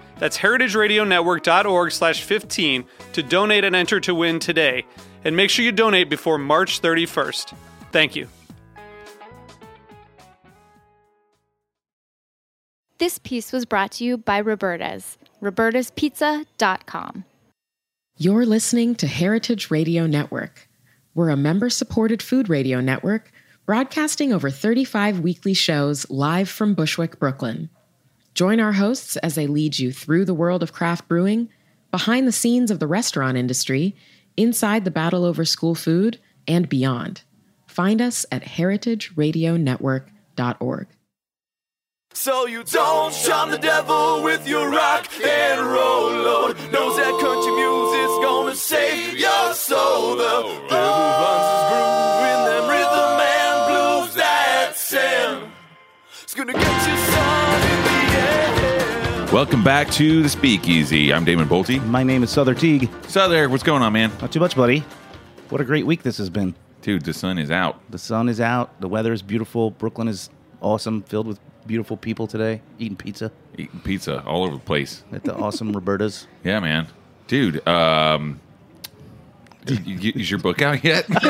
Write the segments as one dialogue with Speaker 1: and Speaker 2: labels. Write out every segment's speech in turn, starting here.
Speaker 1: That's heritageradionetwork.org slash 15 to donate and enter to win today. And make sure you donate before March 31st. Thank you.
Speaker 2: This piece was brought to you by Roberta's, robertaspizza.com.
Speaker 3: You're listening to Heritage Radio Network. We're a member supported food radio network broadcasting over 35 weekly shows live from Bushwick, Brooklyn. Join our hosts as they lead you through the world of craft brewing, behind the scenes of the restaurant industry, inside the battle over school food, and beyond. Find us at heritageradionetwork.org.
Speaker 4: So you don't charm the devil with your rock and roll load. Knows that country music's gonna save your soul. The devil runs his groove in them rhythm and blues. That's him. It's gonna get you some in the air.
Speaker 5: Welcome back to the Speakeasy. I'm Damon Bolte.
Speaker 6: My name is Souther Teague.
Speaker 5: So there, what's going on, man?
Speaker 6: Not too much, buddy. What a great week this has been.
Speaker 5: Dude, the sun is out.
Speaker 6: The sun is out. The weather is beautiful. Brooklyn is awesome, filled with beautiful people today, eating pizza
Speaker 5: Eating pizza all over the place.
Speaker 6: at the awesome Roberta's.
Speaker 5: Yeah, man. Dude, um, dude, you- is your book out yet? Did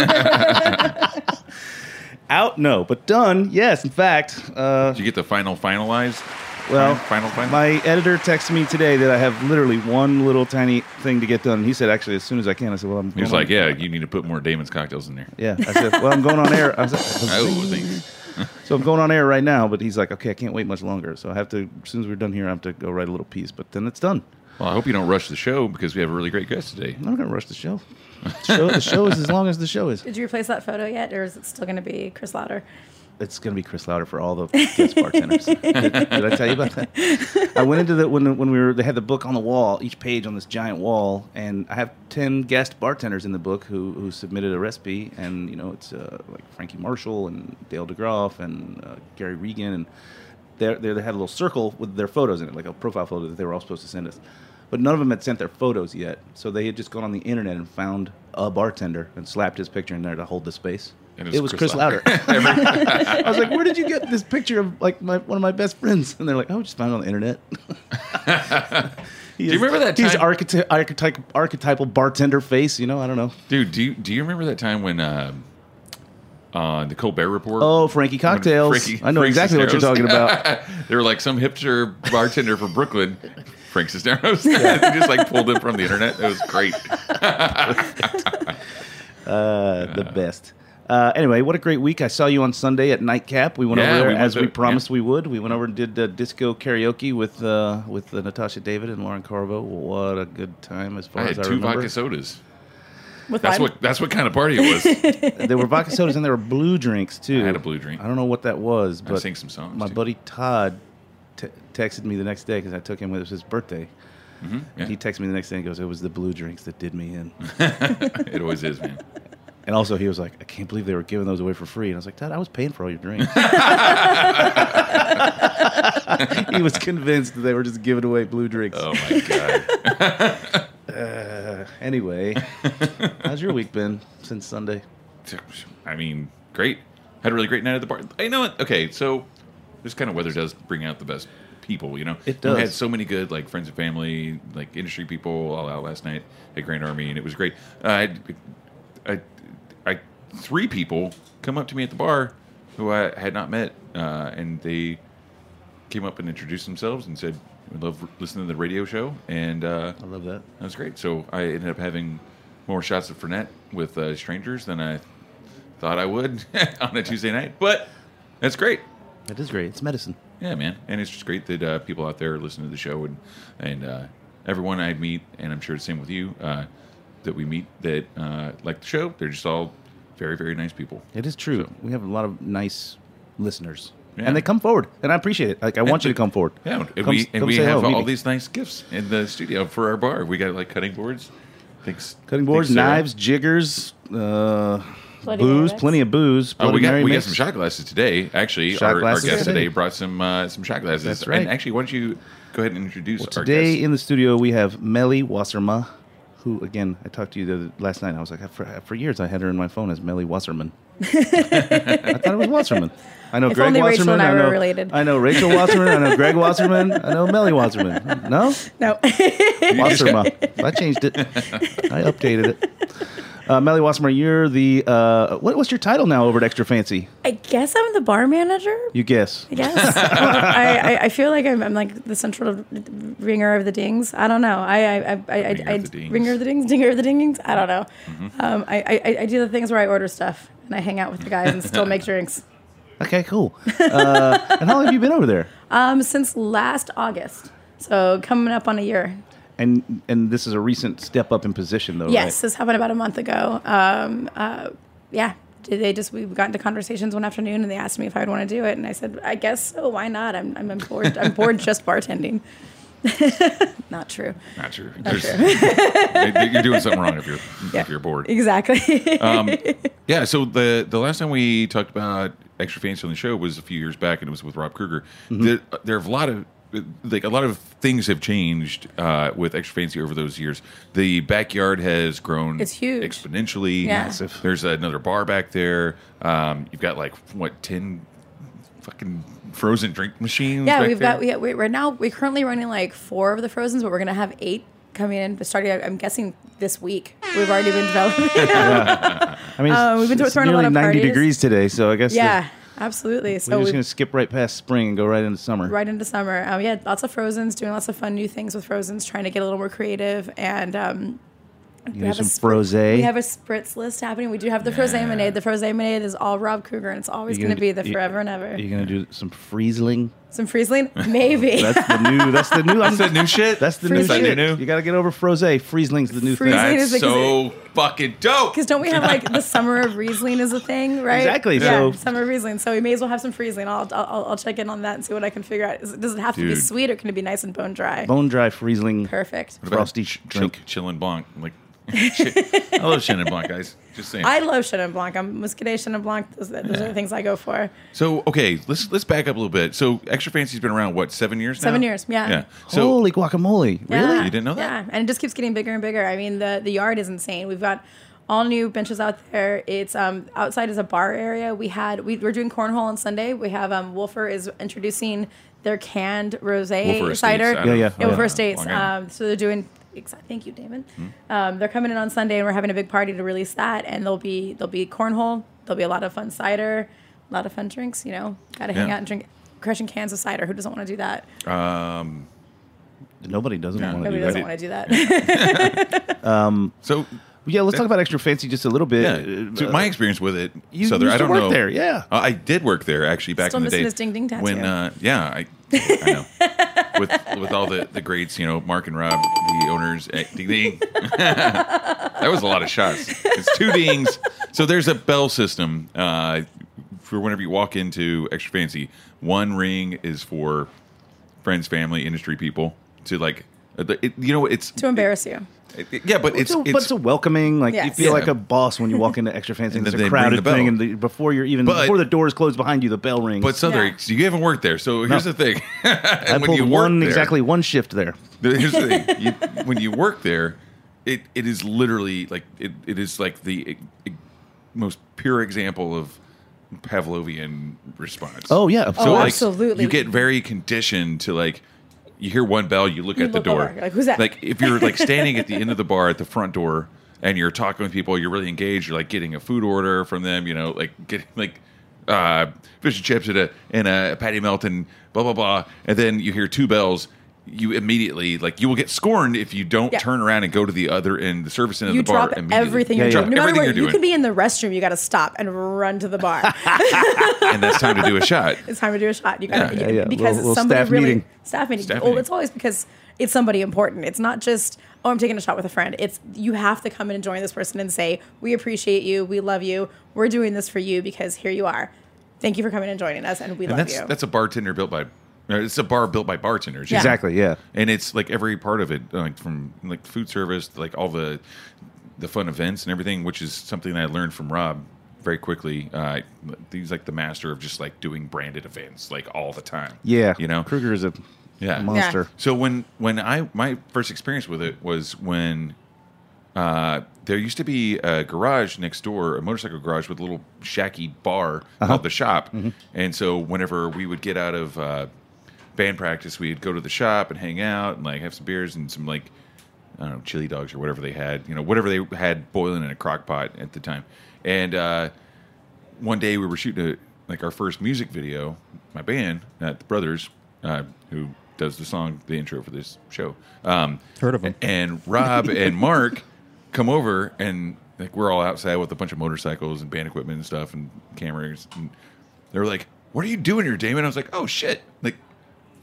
Speaker 6: Out, no, but done. Yes, in fact. Uh,
Speaker 5: you get the final finalized?
Speaker 6: well,
Speaker 5: final, final.
Speaker 6: my editor texted me today that I have literally one little tiny thing to get done. He said, actually, as soon as I can. I said, well, I'm.
Speaker 5: He was
Speaker 6: going
Speaker 5: like,
Speaker 6: on-
Speaker 5: yeah, you need to put more Damon's cocktails in there.
Speaker 6: Yeah. I said, well, I'm going on air. I was like,
Speaker 5: Oh, thanks.
Speaker 6: So I'm going on air right now, but he's like, okay, I can't wait much longer. So I have to, as soon as we're done here, I have to go write a little piece, but then it's done.
Speaker 5: Well, I hope you don't rush the show because we have a really great guest today.
Speaker 6: I'm not going to rush the show. The show. The show is as long as the show is.
Speaker 7: Did you replace that photo yet, or is it still going to be Chris Lauder?
Speaker 6: It's going to be Chris Lauder for all the guest bartenders. did, did I tell you about that? I went into the when when we were they had the book on the wall, each page on this giant wall, and I have ten guest bartenders in the book who who submitted a recipe, and you know it's uh, like Frankie Marshall and Dale DeGroff and uh, Gary Regan, and they they had a little circle with their photos in it, like a profile photo that they were all supposed to send us. But none of them had sent their photos yet, so they had just gone on the internet and found a bartender and slapped his picture in there to hold the space.
Speaker 5: And
Speaker 6: it was Chris, Lauder. I was like, "Where did you get this picture of like my one of my best friends?" And they're like, "Oh, just found it on the internet."
Speaker 5: Do you remember that
Speaker 6: He's
Speaker 5: time-
Speaker 6: archety- archetype- archetypal bartender face. You know, I don't know.
Speaker 5: Dude, do you, do you remember that time when uh, uh, the Colbert Report?
Speaker 6: Oh, Frankie cocktails.
Speaker 5: Frankie-
Speaker 6: I know
Speaker 5: Frank
Speaker 6: exactly what you're
Speaker 5: Cisneros.
Speaker 6: talking about.
Speaker 5: They were like some hipster bartender from Brooklyn, Frank Cisneros. He just like pulled it from the internet. It was great.
Speaker 6: Uh, the best. Uh, anyway, what a great week! I saw you on Sunday at Nightcap. We went
Speaker 5: Yeah,
Speaker 6: over there
Speaker 5: we went
Speaker 6: as
Speaker 5: to-
Speaker 6: we promised
Speaker 5: yeah.
Speaker 6: we would. We went over and did uh, disco karaoke with uh, with uh, Natasha David and Lauren Carvo. What a good time! As far
Speaker 5: I
Speaker 6: as
Speaker 5: had
Speaker 6: I
Speaker 5: two
Speaker 6: remember,
Speaker 5: vodka sodas.
Speaker 7: With
Speaker 5: That's
Speaker 7: lime?
Speaker 5: what that's what kind of party it was.
Speaker 6: there were vodka sodas and there were blue drinks too.
Speaker 5: I had a blue drink.
Speaker 6: I don't know what that was, but
Speaker 5: sang some songs,
Speaker 6: My
Speaker 5: too.
Speaker 6: buddy Todd t- texted me the next day because I took him. It was his birthday.
Speaker 5: Mm-hmm, yeah.
Speaker 6: He texted me the next day and goes, "It was the blue drinks that did me in."
Speaker 5: it always is, man.
Speaker 6: and also, he was like, "I can't believe they were giving those away for free." And I was like, "Todd, I was paying for all your drinks." he was convinced that they were just giving away blue drinks.
Speaker 5: Oh my god.
Speaker 6: Anyway, how's your week been since Sunday?
Speaker 5: I mean, great. Had a really great night at the bar. You know what? Okay, so this kind of weather does bring out the best people. You know,
Speaker 6: It
Speaker 5: We had
Speaker 6: does.
Speaker 5: so many good like friends and family, like industry people, all out last night at Grand Army, and it was great. Uh, I, I, I, three people come up to me at the bar who I had not met, uh, and they came up and introduced themselves and said, "We love listening to the radio show," and uh,
Speaker 6: I love that.
Speaker 5: that was great. So I ended up having more shots of Fernet with uh, strangers than I thought I would on a Tuesday night, but that's great.
Speaker 6: That is great. It's medicine.
Speaker 5: Yeah, man, and it's just great that uh, people out there listen to the show and and uh, everyone I meet, and I'm sure it's the same with you, uh, that we meet that uh, like the show. They're just all very very nice people.
Speaker 6: It is true. We have a lot of nice listeners,
Speaker 5: Yeah.
Speaker 6: and they come forward, and I appreciate it. Like I want you to come forward.
Speaker 5: Yeah, and
Speaker 6: Come-
Speaker 5: we and
Speaker 6: come
Speaker 5: we
Speaker 6: say
Speaker 5: have
Speaker 6: hello, meet
Speaker 5: all
Speaker 6: me.
Speaker 5: these nice gifts in the studio for our bar. We got like cutting boards, thanks.
Speaker 6: cutting boards,
Speaker 5: thanks, Sarah.
Speaker 6: knives, jiggers, uh,
Speaker 7: Bloody
Speaker 6: booze,
Speaker 7: Marys.
Speaker 6: plenty of booze.
Speaker 5: Oh, we
Speaker 6: Bloody
Speaker 5: got
Speaker 6: Mary
Speaker 5: we got
Speaker 6: mix.
Speaker 5: some shot glasses today. Actually,
Speaker 6: Shot
Speaker 5: our,
Speaker 6: glasses
Speaker 5: our guest
Speaker 6: today.
Speaker 5: today brought some uh, some shot glasses.
Speaker 6: That's right.
Speaker 5: And actually, why don't you go ahead and introduce our
Speaker 6: Today
Speaker 5: guest?
Speaker 6: in the studio we have Melly Wasserma, who again I talked to you the other, last night. and I was like, for, for years I had her in my phone as Melly Wasserman. I thought it was Wasserman. I know
Speaker 7: If
Speaker 6: Greg
Speaker 7: only Rachel
Speaker 6: Wasserman.
Speaker 7: and I
Speaker 6: know,
Speaker 7: were related.
Speaker 6: I know Rachel Wasserman. I know Greg Wasserman. I know Melly Wasserman. No,
Speaker 7: No.
Speaker 6: Wasserma. I changed it. I updated it. Uh, Melly Wasserman, you're the uh, what, what's your title now over at Extra Fancy?
Speaker 7: I guess I'm the bar manager.
Speaker 6: You guess.
Speaker 7: I guess. I, I, I feel like I'm, I'm like the central ringer of the dings. I don't know. I I I,
Speaker 5: Ringer
Speaker 7: I, I,
Speaker 5: of the dings. Mm-hmm.
Speaker 7: ringer of the dings, dinger of the dingings. I don't know. Um, I, I- I I do the things where I order stuff and I hang out with the guys and still make drinks.
Speaker 6: Okay, cool. Uh, and how long have you been over there?
Speaker 7: Um, since last August, so coming up on a year.
Speaker 6: And and this is a recent step up in position, though.
Speaker 7: Yes,
Speaker 6: Right?
Speaker 7: this happened about a month ago. Um, uh, yeah, they just we got into conversations one afternoon, and they asked me if I would want to do it, and I said, I guess so. Why not? I'm I'm bored. I'm bored just bartending. not true.
Speaker 5: Not sure. There's- you're doing something wrong if you're if you're bored.
Speaker 7: Exactly.
Speaker 6: Um,
Speaker 5: Yeah, so the the last time we talked about extra fancy on the show was a few years back, and it was with Rob Kruger.
Speaker 6: Mm-hmm.
Speaker 5: There, there have a lot of like a lot of things have changed uh, with extra fancy over those years. The backyard has grown.
Speaker 7: It's huge.
Speaker 5: exponentially.
Speaker 7: Yeah. Massive.
Speaker 5: There's another bar back there. Um, you've got like what ten fucking frozen drink machines.
Speaker 7: yeah,
Speaker 5: back
Speaker 7: we've
Speaker 5: there?
Speaker 7: got we, we- we're now we're currently running like four of the frozens, but we're gonna have eight coming in starting. I'm guessing this week. We've already been developing.
Speaker 6: I mean,
Speaker 7: Uh, we've been
Speaker 6: it's
Speaker 7: throwing a lot
Speaker 6: nearly
Speaker 7: of
Speaker 6: 90
Speaker 7: parties.
Speaker 6: degrees today, so I guess
Speaker 7: yeah, absolutely.
Speaker 6: we're
Speaker 7: So
Speaker 6: just
Speaker 7: we
Speaker 6: going to skip right past spring and go right into summer.
Speaker 7: right into summer. Um, yeah, lots of Frozen's, doing lots of fun new things with Frozen's, trying to get a little more creative. And um,
Speaker 6: You do
Speaker 7: have a
Speaker 6: some
Speaker 7: spr-
Speaker 6: froze.
Speaker 7: we have a spritz list happening. We do have the Frozen Lemonade. The Frozen Lemonade is all Rob Kruger, and it's always
Speaker 6: You
Speaker 7: going to
Speaker 6: gonna-
Speaker 7: be the
Speaker 6: you-
Speaker 7: forever and ever.
Speaker 6: You're going to do some friesling.
Speaker 7: Some Friesling? Maybe.
Speaker 6: That's the new. That's the new.
Speaker 5: That's the new shit.
Speaker 6: That's the new
Speaker 7: Friesling.
Speaker 5: That's
Speaker 6: shit.
Speaker 5: the new-
Speaker 6: You got to get over froze. Friesling's the new
Speaker 7: Fries-
Speaker 6: thing.
Speaker 5: That's
Speaker 7: is like-
Speaker 5: so fucking dope.
Speaker 7: Because don't we have like the summer of Riesling is a thing, right?
Speaker 6: Exactly,
Speaker 7: Yeah,
Speaker 6: so-
Speaker 7: summer of Riesling. So we may as well have some Friesling. I'll, I'll, I'll check in on that and see what I can figure out. Is, does it have to be
Speaker 5: Dude.
Speaker 7: sweet or can it be nice and bone dry?
Speaker 6: Bone dry friesling.
Speaker 7: Perfect.
Speaker 5: What about
Speaker 6: Frosty
Speaker 5: ch-
Speaker 6: drink.
Speaker 5: chill, chillin' blanc. Like, I love Shannon Blanc, guys. Just saying.
Speaker 7: I love Chenin Blanc. I'm Muscadet Chenin Blanc. Those, those are the things I go for.
Speaker 5: So okay, let's let's back up a little bit. So extra fancy's been around what seven years now?
Speaker 7: Seven years, yeah.
Speaker 5: Yeah. So
Speaker 6: Holy guacamole. Really?
Speaker 7: Yeah.
Speaker 5: You didn't know that?
Speaker 7: Yeah, and it just keeps getting bigger and bigger. I mean, the the yard is insane. We've got all new benches out there. It's um outside is a bar area. We had we we're doing cornhole on Sunday. We have um Wolfer is introducing their canned rosé
Speaker 5: Wolfer Estates
Speaker 7: cider.
Speaker 5: out
Speaker 6: Yeah,
Speaker 5: of,
Speaker 6: yeah.
Speaker 7: Yeah,
Speaker 5: uh,
Speaker 7: well, first dates.
Speaker 5: Long Island. Hmm.
Speaker 7: Um, so they're doing. ex- Thank you, Damon. Um, they're coming in on Sunday, and we're having a big party to release that. And there'll be there'll be cornhole. There'll be a lot of fun cider, a lot of fun drinks. You know, got to hang
Speaker 5: Yeah.
Speaker 7: out and drink crushing cans of cider. Who doesn't want to do that?
Speaker 6: Nobody doesn't want to
Speaker 7: Nobody
Speaker 6: do
Speaker 7: doesn't
Speaker 6: that.
Speaker 7: want to do that.
Speaker 5: so
Speaker 6: Yeah, let's talk about extra fancy just a little bit.
Speaker 5: yeah,
Speaker 6: Uh,
Speaker 5: so my experience with it.
Speaker 6: you
Speaker 5: Souther,
Speaker 6: used
Speaker 5: I
Speaker 6: to
Speaker 5: don't
Speaker 6: work
Speaker 5: know.
Speaker 6: there, yeah.
Speaker 5: Uh, I did work there actually back
Speaker 7: Still
Speaker 5: in the
Speaker 7: missing
Speaker 5: day.
Speaker 7: his ding ding tattoo.
Speaker 5: When uh, yeah, I, I know. with with all the the greats, you know, Mark and Rob, the owners. At ding ding. that was a lot of shots. It's two dings. So there's a bell system uh, for whenever you walk into Extra Fancy. One ring is for friends, family, industry people to like. uh, the- It, you know, it's
Speaker 7: to embarrass you.
Speaker 5: it- it- yeah, but it's
Speaker 6: It's, a,
Speaker 5: it's,
Speaker 6: but it's a welcoming. Like you
Speaker 7: Yes.
Speaker 6: feel
Speaker 5: Yeah.
Speaker 6: like a boss when you walk into extra fancy.
Speaker 5: And
Speaker 6: and
Speaker 5: then
Speaker 6: it's
Speaker 5: they
Speaker 6: a
Speaker 5: ring the
Speaker 6: crowded
Speaker 5: bell.
Speaker 6: thing, and the, before you're even
Speaker 5: But-
Speaker 6: before the doors close behind you, the bell rings.
Speaker 5: but Southern,
Speaker 7: Yeah.
Speaker 5: you haven't worked there. So here's the thing.
Speaker 6: I
Speaker 5: And
Speaker 6: pulled
Speaker 5: work
Speaker 6: one
Speaker 5: there-
Speaker 6: exactly one shift there.
Speaker 5: Here's the thing. You, when you work there, it, it is literally like it, it is like the e- e- most pure example of Pavlovian response.
Speaker 6: Oh yeah,
Speaker 5: So,
Speaker 7: Oh,
Speaker 5: like,
Speaker 7: absolutely.
Speaker 5: You get very conditioned to like you hear one bell, you look
Speaker 7: You
Speaker 5: at the
Speaker 7: look
Speaker 5: door.
Speaker 7: over, like, "Who's that?"
Speaker 5: Like if you're like standing at the end of the bar at the front door and you're talking with people, you're really engaged, you're like getting a food order from them, you know, like getting like uh, fish and chips and a and a patty melt and blah blah blah. And then you hear two bells you immediately like you will get scorned if you don't
Speaker 7: Yeah.
Speaker 5: turn around and go to the other end, the service end of
Speaker 7: You
Speaker 5: the bar.
Speaker 7: drop
Speaker 5: immediately.
Speaker 7: everything
Speaker 5: You
Speaker 7: you're
Speaker 5: drop
Speaker 7: doing. No matter
Speaker 5: everything
Speaker 7: where
Speaker 5: you're
Speaker 7: you
Speaker 5: doing,
Speaker 7: could be in the restroom, you got to stop and run to the bar.
Speaker 5: and that's time to do a shot.
Speaker 7: it's time to do a shot. You got to
Speaker 5: Yeah,
Speaker 6: yeah, yeah.
Speaker 7: because
Speaker 6: Little- little
Speaker 7: it's somebody
Speaker 6: staff
Speaker 7: really
Speaker 6: meeting.
Speaker 7: staff meeting.
Speaker 5: Staff
Speaker 7: oh,
Speaker 5: meeting.
Speaker 7: it's always because it's somebody important. It's not just oh, I'm taking a shot with a friend. It's you have to come in and join this person and say we appreciate you, we love you, we're doing this for you because here you are. Thank you for coming and joining us, and we
Speaker 5: And
Speaker 7: love
Speaker 5: that's
Speaker 7: you.
Speaker 5: that's a bartender built by. no, It's a bar built by bartenders.
Speaker 7: Yeah.
Speaker 6: Exactly. Yeah.
Speaker 5: and it's like every part of it like from like food service to, like all the the fun events and everything which is something that i learned from rob very quickly uh he's like the master of just like doing branded events like all the time
Speaker 6: Yeah.
Speaker 5: you know
Speaker 6: Kruger is a
Speaker 5: Yeah. Yeah.
Speaker 6: monster.
Speaker 5: so when when i my first experience with it was when uh there used to be a garage next door a motorcycle garage with a little shacky bar called the shop and so whenever we would get out of uh band practice we'd go to the shop and hang out and like have some beers and some like I don't know, chili dogs or whatever they had, you know, whatever they had boiling in a crock pot at the time. And uh, one day we were shooting a, like our first music video, my band, uh, the Brothers, uh, who does the song, the intro for this show. Um,
Speaker 8: Heard of 'em.
Speaker 5: And Rob and Mark come over and like we're all outside with a bunch of motorcycles and band equipment and stuff and cameras. And they were like, "What are you doing here, Damon?" I was like, "Oh shit!" Like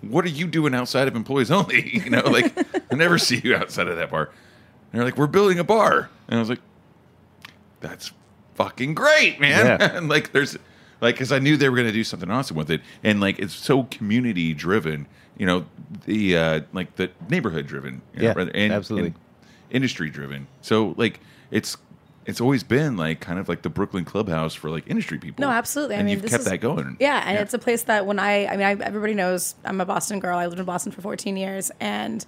Speaker 5: what are you doing outside of employees only? You know, like I never see you outside of that bar. And they're like, we're building a bar, and I was like, that's fucking great, man.
Speaker 6: Yeah.
Speaker 5: and like, there's like, because I knew they were going to do something awesome with it, and like, it's so community driven. You know, the uh like the neighborhood driven. you know,
Speaker 6: Yeah,
Speaker 5: rather-
Speaker 6: absolutely.
Speaker 5: industry driven. So like, it's. It's always been like kind of like the Brooklyn clubhouse for like industry people.
Speaker 7: No, absolutely. I
Speaker 5: And
Speaker 7: mean,
Speaker 5: you've
Speaker 7: this
Speaker 5: kept
Speaker 7: is-
Speaker 5: that going.
Speaker 7: Yeah, and it's a place that when I, I mean, I, everybody knows I'm a Boston girl. I lived in Boston for 14 years, and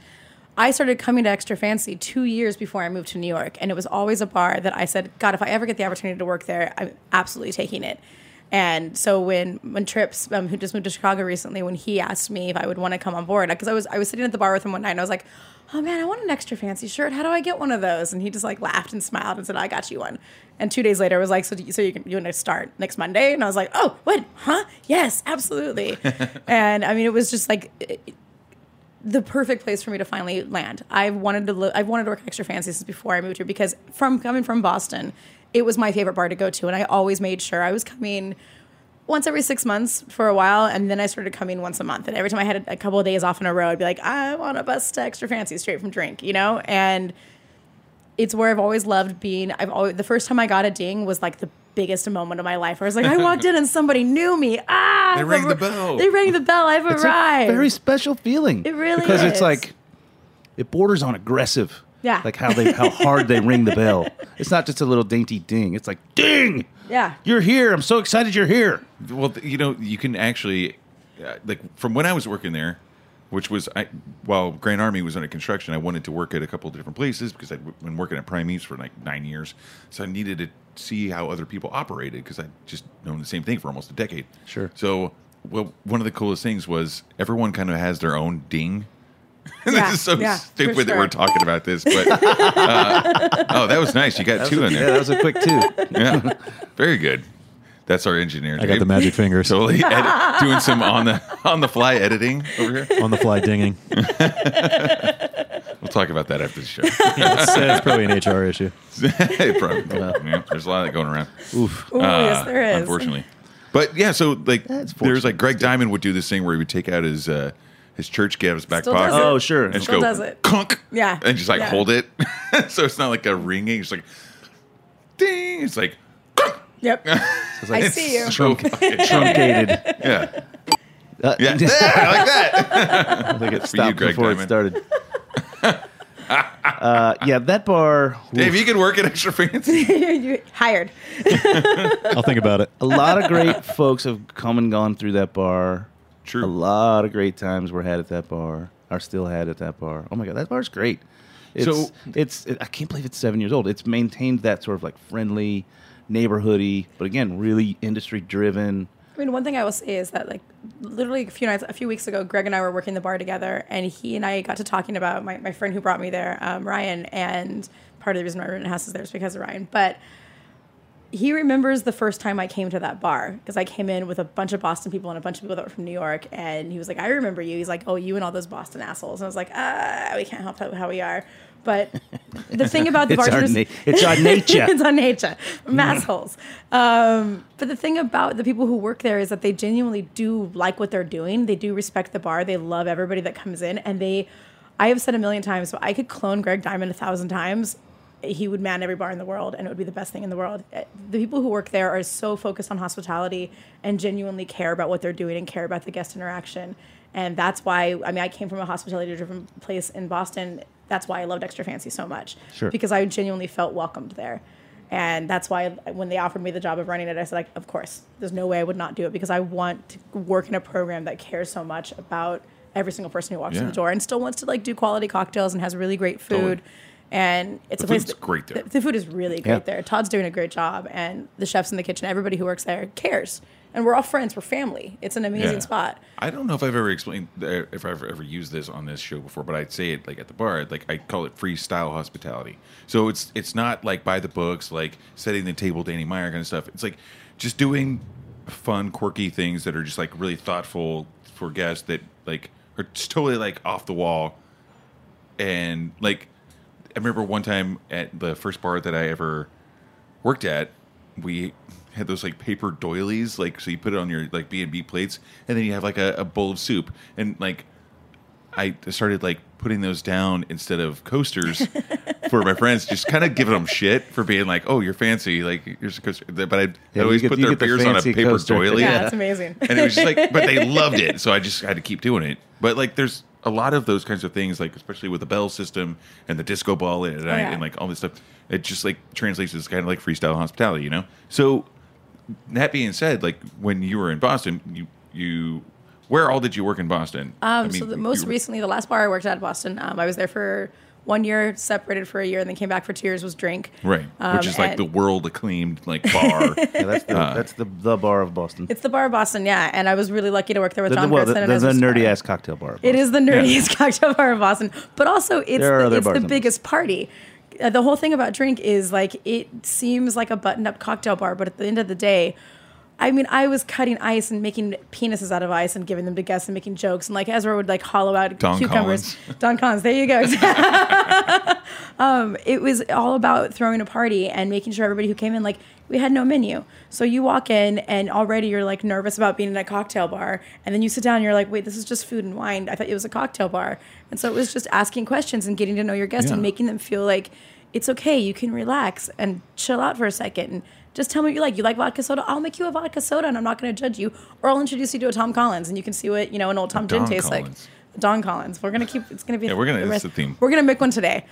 Speaker 7: I started coming to Extra Fancy two years before I moved to New York, and it was always a bar that I said, God, if I ever get the opportunity to work there, I'm absolutely taking it. And so when when Trips, um, who just moved to Chicago recently, when he asked me if I would want to come on board, because I was I was sitting at the bar with him one night, and I was like, Oh man, I want an extra fancy shirt. How do I get one of those? And he just like laughed and smiled and said, I got you one. And two days later, was like, So, do you, so you can you want to start next Monday? And I was like, Oh, what? Huh? Yes, absolutely. and I mean, it was just like it- the perfect place for me to finally land. I've wanted to live. I've wanted to work at extra fancy since before I moved here because from coming from Boston, it was my favorite bar to go to, and I always made sure I was coming once every six months for a while, and then I started coming once a month. And every time I had a, a couple of days off in a row, I'd be like, I'm on a bus to extra fancy straight from drink, you know? And it's where I've always loved being. I've always the first time I got a ding was like the biggest moment of my life. Where I was like, I walked in and somebody knew me. Ah,
Speaker 5: They
Speaker 7: I've
Speaker 5: rang the
Speaker 7: arri-
Speaker 5: bell.
Speaker 7: They rang the bell. I've
Speaker 6: It's
Speaker 7: arrived.
Speaker 6: a very special feeling.
Speaker 7: It really
Speaker 6: because it's
Speaker 7: is.
Speaker 6: like it borders on aggressive.
Speaker 7: Yeah.
Speaker 6: Like how they how hard they ring the bell. It's not just a little dainty ding. It's like ding.
Speaker 7: Yeah.
Speaker 6: You're here. I'm so excited you're here.
Speaker 5: Well, th- you know, you can actually, uh, like, from when I was working there, which was I, while Grand Army was under construction, I wanted to work at a couple of different places because I'd w- been working at Prime East for like nine years, so I needed to see how other people operated because I'd just known the same thing for almost a decade.
Speaker 6: Sure.
Speaker 5: So, well, one of the coolest things was everyone kind of has their own ding.
Speaker 7: Yeah,
Speaker 5: this is so
Speaker 7: yeah, for
Speaker 5: stupid that we're
Speaker 7: sure.
Speaker 5: talking about this, but uh, oh, that was nice. You got two in
Speaker 6: Yeah,
Speaker 5: there.
Speaker 6: that was a quick two.
Speaker 5: Yeah, very good. That's our engineer.
Speaker 8: I got the
Speaker 5: Dave.
Speaker 8: magic fingers
Speaker 5: Totally edit, doing some on the on the fly editing over here.
Speaker 8: on the fly dinging.
Speaker 5: We'll talk about that after the show.
Speaker 8: That's, that's probably an HR issue.
Speaker 5: Probably. Yeah, there's a lot of that going around.
Speaker 6: Ah,
Speaker 7: Ooh, Oh, yes,
Speaker 5: Uh,
Speaker 7: there is.
Speaker 5: Unfortunately. But yeah, so like
Speaker 6: That's
Speaker 5: there's like Greg Diamond would do this thing where he would take out his uh his church gifts back
Speaker 7: Still
Speaker 5: pocket.
Speaker 7: does it.
Speaker 6: Oh, sure.
Speaker 5: And just
Speaker 7: Still
Speaker 5: go
Speaker 7: does it.
Speaker 5: "Conk,"
Speaker 7: Yeah.
Speaker 5: And just like
Speaker 7: Yeah.
Speaker 5: hold it. so it's not like a ringing, it's like ding. It's like "Conk."
Speaker 7: Yep. I
Speaker 5: It's
Speaker 7: see you.
Speaker 5: so fucking-
Speaker 6: Truncated.
Speaker 5: yeah.
Speaker 6: Uh,
Speaker 5: Yeah. Yeah, I like that.
Speaker 6: I think it
Speaker 5: for
Speaker 6: stopped
Speaker 5: you, Greg
Speaker 6: before
Speaker 5: Diamond.
Speaker 6: it started. uh, yeah, that bar.
Speaker 5: Dave, you can work at extra fancy.
Speaker 7: You- hired.
Speaker 8: I'll think about it.
Speaker 6: a lot of great folks have come and gone through that bar.
Speaker 5: True.
Speaker 6: A lot of great times were had at that bar. Are still had at that bar. Oh my god, that bar's great. It's,
Speaker 5: So-
Speaker 6: it's I can't believe it's seven years old. It's maintained that sort of like friendly, neighborhoody, but again, really industry driven.
Speaker 7: I mean, one thing I will say is that, like, literally a few nights, a few weeks ago, Greg and I were working the bar together, and he and I got to talking about my, my friend who brought me there, um, Ryan, and part of the reason why Root House is there is because of Ryan. But he remembers the first time I came to that bar because I came in with a bunch of Boston people and a bunch of people that were from New York, and he was like, "I remember you." He's like, "Oh, you and all those Boston assholes," and I was like, "Ah, we can't help that- how we are." But the thing about the
Speaker 6: It's our
Speaker 7: bartenders,
Speaker 6: na- it's our nature.
Speaker 7: it's our nature, assholes. Um, but the thing about the people who work there is that they genuinely do like what they're doing. They do respect the bar. They love everybody that comes in, and they. I have said a million times, but I could clone Greg Diamond a thousand times he would man every bar in the world and it would be the best thing in the world. Uh, The people who work there are so focused on hospitality and genuinely care about what they're doing and care about the guest interaction. And that's why, I mean, I came from a hospitality driven place in Boston. That's why I loved Extra Fancy so much.
Speaker 6: Sure.
Speaker 7: Because I genuinely felt welcomed there. And that's why when they offered me the job of running it, I said, like, of course, there's no way I would not do it because I want to work in a program that cares so much about every single person who walks in
Speaker 5: Yeah.
Speaker 7: the door and still wants to like do quality cocktails and has really great food.
Speaker 5: Totally.
Speaker 7: And it's
Speaker 5: The
Speaker 7: a place
Speaker 5: food's
Speaker 7: that-
Speaker 5: great there.
Speaker 7: The, the food is really great
Speaker 6: Yeah.
Speaker 7: there. Todd's doing a great job, and the chefs in the kitchen, everybody who works there cares, and we're all friends. We're family. It's an amazing
Speaker 5: Yeah.
Speaker 7: spot.
Speaker 5: I don't know if I've ever explained uh, if I've ever used this on this show before, but I'd say it like at the bar, like I call it freestyle hospitality. So it's it's not like by the books, like setting the table, Danny Meyer kind of stuff. It's like just doing fun, quirky things that are just like really thoughtful for guests that like are just totally like off the wall and like I remember one time at the first bar that I ever worked at, we had those like paper doilies, like so you put it on your like B and B plates, and then you have like a, a bowl of soup, and like I started like putting those down instead of coasters for my friends, just kind of giving them shit for being like, oh, you're fancy, like here's a coaster, but I, I
Speaker 6: you
Speaker 5: always
Speaker 6: get-
Speaker 5: put
Speaker 6: you
Speaker 5: their
Speaker 6: get the
Speaker 5: beers on a
Speaker 6: fancy
Speaker 5: paper
Speaker 6: coaster.
Speaker 5: doily,
Speaker 7: Yeah,
Speaker 6: Yeah.
Speaker 7: that's amazing.
Speaker 5: and it was just like, but they loved it, so I just had to keep doing it. But like, there's a lot of those kinds of things, like especially with the bell system and the disco ball and,
Speaker 7: yeah.
Speaker 5: and like all this stuff. It just like translates as kind of like freestyle hospitality, you know. So that being said, like when you were in Boston, you you where all did you work in Boston?
Speaker 7: Um,
Speaker 5: I mean,
Speaker 7: so the most
Speaker 5: you-
Speaker 7: recently, the last bar I worked at in Boston, um, I was there for one year, separated for a year, and then came back for two years. Was drink
Speaker 5: right,
Speaker 7: um,
Speaker 5: which is like
Speaker 7: and-
Speaker 5: the world acclaimed like bar.
Speaker 6: Yeah, that's the,
Speaker 5: Uh.
Speaker 6: that's the, the bar of Boston.
Speaker 7: It's the bar of Boston, yeah. And I was really lucky to work there with
Speaker 6: the, the,
Speaker 7: John
Speaker 6: well, the,
Speaker 7: Gerson.
Speaker 6: the,
Speaker 7: as his
Speaker 6: nerdy
Speaker 7: friend.
Speaker 6: ass cocktail bar. of
Speaker 7: It is the
Speaker 5: Yeah.
Speaker 7: nerdiest cocktail bar in Boston, but also it's
Speaker 6: There are
Speaker 7: the,
Speaker 6: other
Speaker 7: it's
Speaker 6: bars
Speaker 7: the
Speaker 6: in
Speaker 7: biggest party. Uh, the whole thing about drink is like it seems like a button-up cocktail bar, but at the end of the day, I mean, I was cutting ice and making penises out of ice and giving them to guests and making jokes and like Ezra would like hollow out
Speaker 5: Don
Speaker 7: cucumbers. Don Collins, there you go. it was all about throwing a party and making sure everybody who came in like we had no menu so you walk in and already you're like nervous about being in a cocktail bar and then you sit down and you're like wait this is just food and wine i thought it was a cocktail bar and so it was just asking questions and getting to know your guests and
Speaker 5: Yeah.
Speaker 7: making them feel like it's okay you can relax and chill out for a second and just tell me what you like you like vodka soda i'll make you a vodka soda and i'm not going to judge you or i'll introduce you to a tom collins and you can see what you know an old tom gin
Speaker 5: Don
Speaker 7: tastes
Speaker 5: Collins.
Speaker 7: like don collins we're going to keep it's going to be
Speaker 5: Yeah, we're gonna- that's the theme.
Speaker 7: we're going to make one today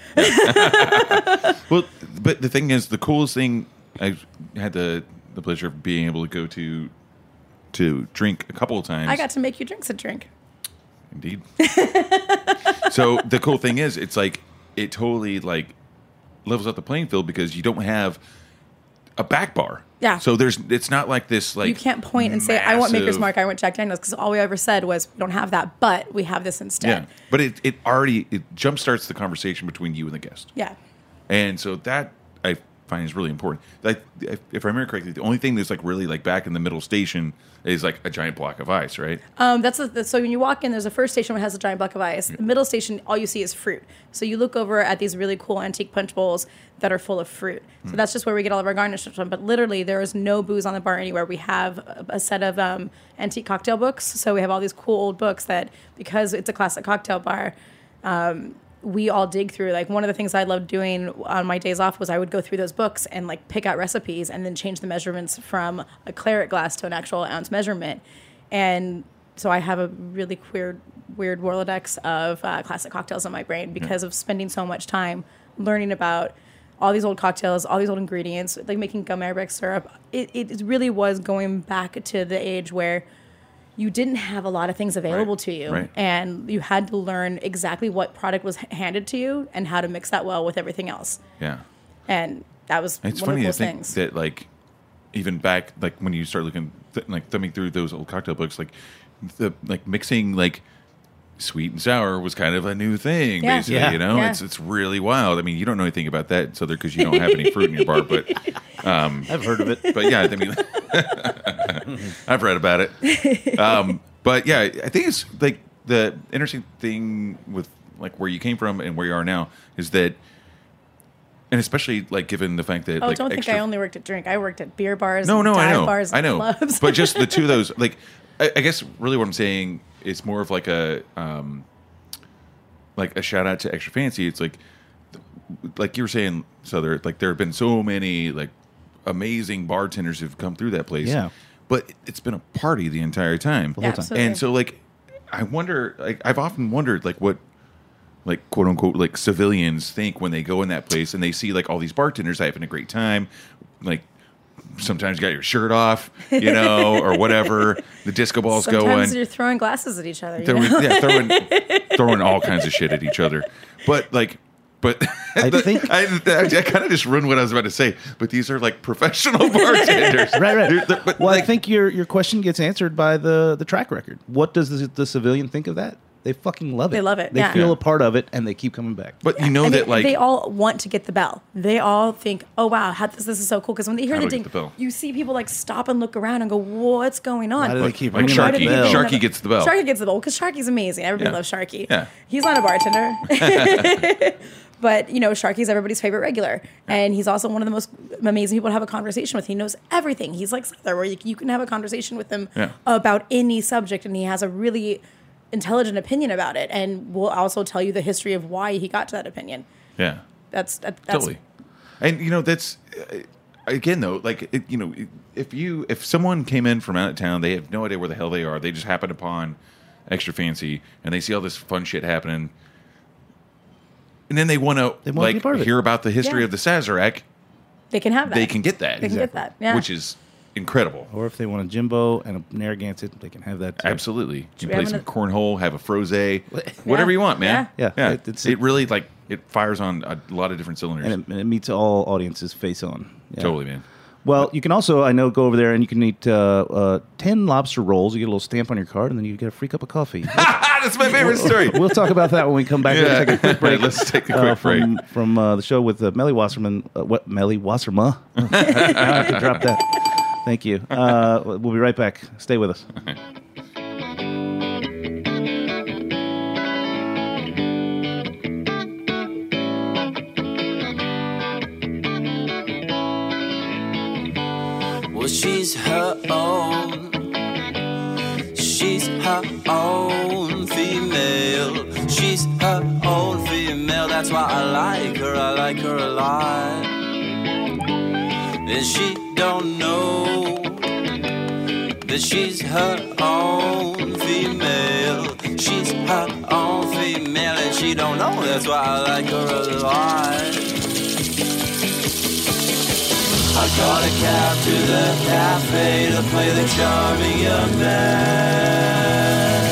Speaker 5: Well, but the thing is, the coolest thing I had the the pleasure of being able to go to to drink a couple of times.
Speaker 7: i got to make you drinks a drink
Speaker 5: Indeed. so the cool thing is, it's like it totally like levels up the playing field because you don't have a back bar.
Speaker 7: Yeah.
Speaker 5: So there's it's not like this like
Speaker 7: you can't point and say, "I want Maker's
Speaker 5: massive-
Speaker 7: Mark, I want Jack Daniels," because all we ever said was, "We don't have that, but we have this
Speaker 5: Yeah.
Speaker 7: instead."
Speaker 5: But it it already it jumpstarts the conversation between you and the guest.
Speaker 7: Yeah,
Speaker 5: And so that I find is really important. Like if if I remember correctly, the only thing that's like really like back in the middle station is like a giant block of ice, right?
Speaker 7: Um, that's, the- so when you walk in, there's a first station that has a giant block of ice. The middle station, all you see is fruit. So you look over at these really cool antique punch bowls that are full of fruit.
Speaker 5: Hmm.
Speaker 7: So that's just where we get all of our garnishes from. But literally, there is no booze on the bar anywhere. We have a, a set of um, antique cocktail books. So we have all these cool old books that, because it's a classic cocktail bar, we all dig through. Like one of the things I loved doing on my days off was I would go through those books and like pick out recipes and then change the measurements from a claret glass to an actual ounce measurement. And so I have a really weird, weird Rolodex of uh, classic cocktails in my brain because of spending so much time learning about all these old cocktails, all these old ingredients, like making gum arabic syrup. It, it really was going back to the age where you didn't have a lot of things available
Speaker 5: Right.
Speaker 7: to you
Speaker 5: Right.
Speaker 7: and you had to learn exactly what product was h- handed to you and how to mix that well with everything else
Speaker 5: Yeah.
Speaker 7: and that was
Speaker 5: It's
Speaker 7: one of
Speaker 5: funny to
Speaker 7: the coolest
Speaker 5: think
Speaker 7: things
Speaker 5: that like even back like when you start looking th- like thumbing through those old cocktail books, like the like mixing like sweet and sour was kind of a new thing
Speaker 7: Yeah.
Speaker 5: basically
Speaker 6: Yeah.
Speaker 5: you know
Speaker 7: Yeah.
Speaker 5: it's it's really wild i mean you don't know anything about that so there because you don't have any fruit in your bar but um,
Speaker 6: I've heard of it.
Speaker 5: but yeah, I mean, I've read about it. Um, but yeah, I think it's like the interesting thing with like where you came from and where you are now is that, and especially like given the fact that
Speaker 7: Oh,
Speaker 5: like
Speaker 7: don't
Speaker 5: extra,
Speaker 7: think I only worked at drink. I worked at beer bars.
Speaker 5: no,
Speaker 7: and
Speaker 5: no,
Speaker 7: dive
Speaker 5: I know,
Speaker 7: Bars,
Speaker 5: I
Speaker 7: and
Speaker 5: know,
Speaker 7: Clubs.
Speaker 5: but just the two of those, like, I, I guess really what I'm saying is more of like a, um, like a shout out to Extra Fancy. It's like, like you were saying, Souther, like there have been so many like amazing bartenders who've come through that place.
Speaker 6: Yeah.
Speaker 5: But it's been a party the entire time.
Speaker 7: Yeah, absolutely.
Speaker 5: And so like I wonder like I've often wondered like what like quote unquote like civilians think when they go in that place and they see like all these bartenders having a great time, like sometimes you got your shirt off, you know, or whatever. The disco ball's
Speaker 7: Sometimes
Speaker 5: going
Speaker 7: you're throwing glasses at each other. You
Speaker 5: throwing,
Speaker 7: know?
Speaker 5: yeah, throwing, throwing all kinds of shit at each other. But like, but
Speaker 6: I
Speaker 5: the-
Speaker 6: think-
Speaker 5: I, I, kind of just ruined what I was about to say. But these are like professional bartenders,
Speaker 6: Right, right.
Speaker 5: They're- they're- but
Speaker 6: well,
Speaker 5: like,
Speaker 6: I think your your question gets answered by the the track record. What does the, the civilian think of that? They fucking love it.
Speaker 7: They love it,
Speaker 6: They
Speaker 7: yeah.
Speaker 6: feel
Speaker 7: Yeah.
Speaker 6: a part of it, and they keep coming back.
Speaker 5: but you know
Speaker 7: And
Speaker 5: that
Speaker 7: they,
Speaker 5: like
Speaker 7: they all want to get the bell. They all think, "Oh wow, how, this this is so cool!" Because when they hear
Speaker 5: How
Speaker 7: the
Speaker 5: do I get
Speaker 7: ding,
Speaker 5: the bell?
Speaker 7: you see people like stop and look around and go, "What's going on?"
Speaker 6: Why do they keep
Speaker 5: like
Speaker 6: ringing that
Speaker 5: Sharky,
Speaker 6: bell?
Speaker 5: Sharky gets the bell.
Speaker 7: Sharky gets the bell because Sharky's amazing. Everybody
Speaker 5: Yeah.
Speaker 7: loves Sharky.
Speaker 5: Yeah.
Speaker 7: He's not a bartender. but, you know, Sharky's everybody's favorite regular. And he's also one of the most amazing people to have a conversation with. He knows everything. He's like Souther, where you, you can have a conversation with him
Speaker 5: Yeah.
Speaker 7: about any subject, and he has a really intelligent opinion about it and will also tell you the history of why he got to that opinion.
Speaker 5: yeah,
Speaker 7: That's, that, that's
Speaker 5: totally. And you know that's uh, again though, like it, you know, it- if you if someone came in from out of town, they have no idea where the hell they are. They just happened upon extra fancy, and they see all this fun shit happening. And then they want
Speaker 6: They
Speaker 5: to
Speaker 6: wanna be
Speaker 5: like
Speaker 6: part of it.
Speaker 5: hear about the history
Speaker 7: Yeah.
Speaker 5: of the Sazerac.
Speaker 7: They can have that.
Speaker 5: they can get that.
Speaker 7: They can get that. Yeah.
Speaker 5: Which is incredible.
Speaker 6: Or if they want a Jimbo and a Narragansett, they can have that. Too.
Speaker 5: Absolutely. You
Speaker 7: we
Speaker 5: play
Speaker 7: have
Speaker 5: some
Speaker 7: another-
Speaker 5: cornhole, have a froze, whatever you want, man.
Speaker 6: Yeah. Yeah.
Speaker 5: It,
Speaker 6: It- it's-
Speaker 5: really like it fires on a lot of different cylinders.
Speaker 6: And it, and it meets all audiences face on. Yeah.
Speaker 5: Totally, man.
Speaker 6: Well, you can also, I know, go over there and you can eat uh, uh, 10 lobster rolls. You get a little stamp on your card, and then you get a free cup of coffee.
Speaker 5: That's my favorite story.
Speaker 6: we'll talk about that when we come back. We're gonna
Speaker 5: Yeah.
Speaker 6: take a quick break.
Speaker 5: Let's take a
Speaker 6: uh,
Speaker 5: quick break.
Speaker 6: from, from uh, the show with uh, Melly Wasserman. Uh, what Melly Wasserma? I have to drop that. Thank you. Uh, we'll be right back. Stay with us.
Speaker 4: Well, she's her own. She's her own female. She's her own female. That's why I like her. I like her a lot. And she don't know that she's her own female. She's her own female, and she don't know. That's why I like her a lot. I got a cab to the cafe to play the charming young man.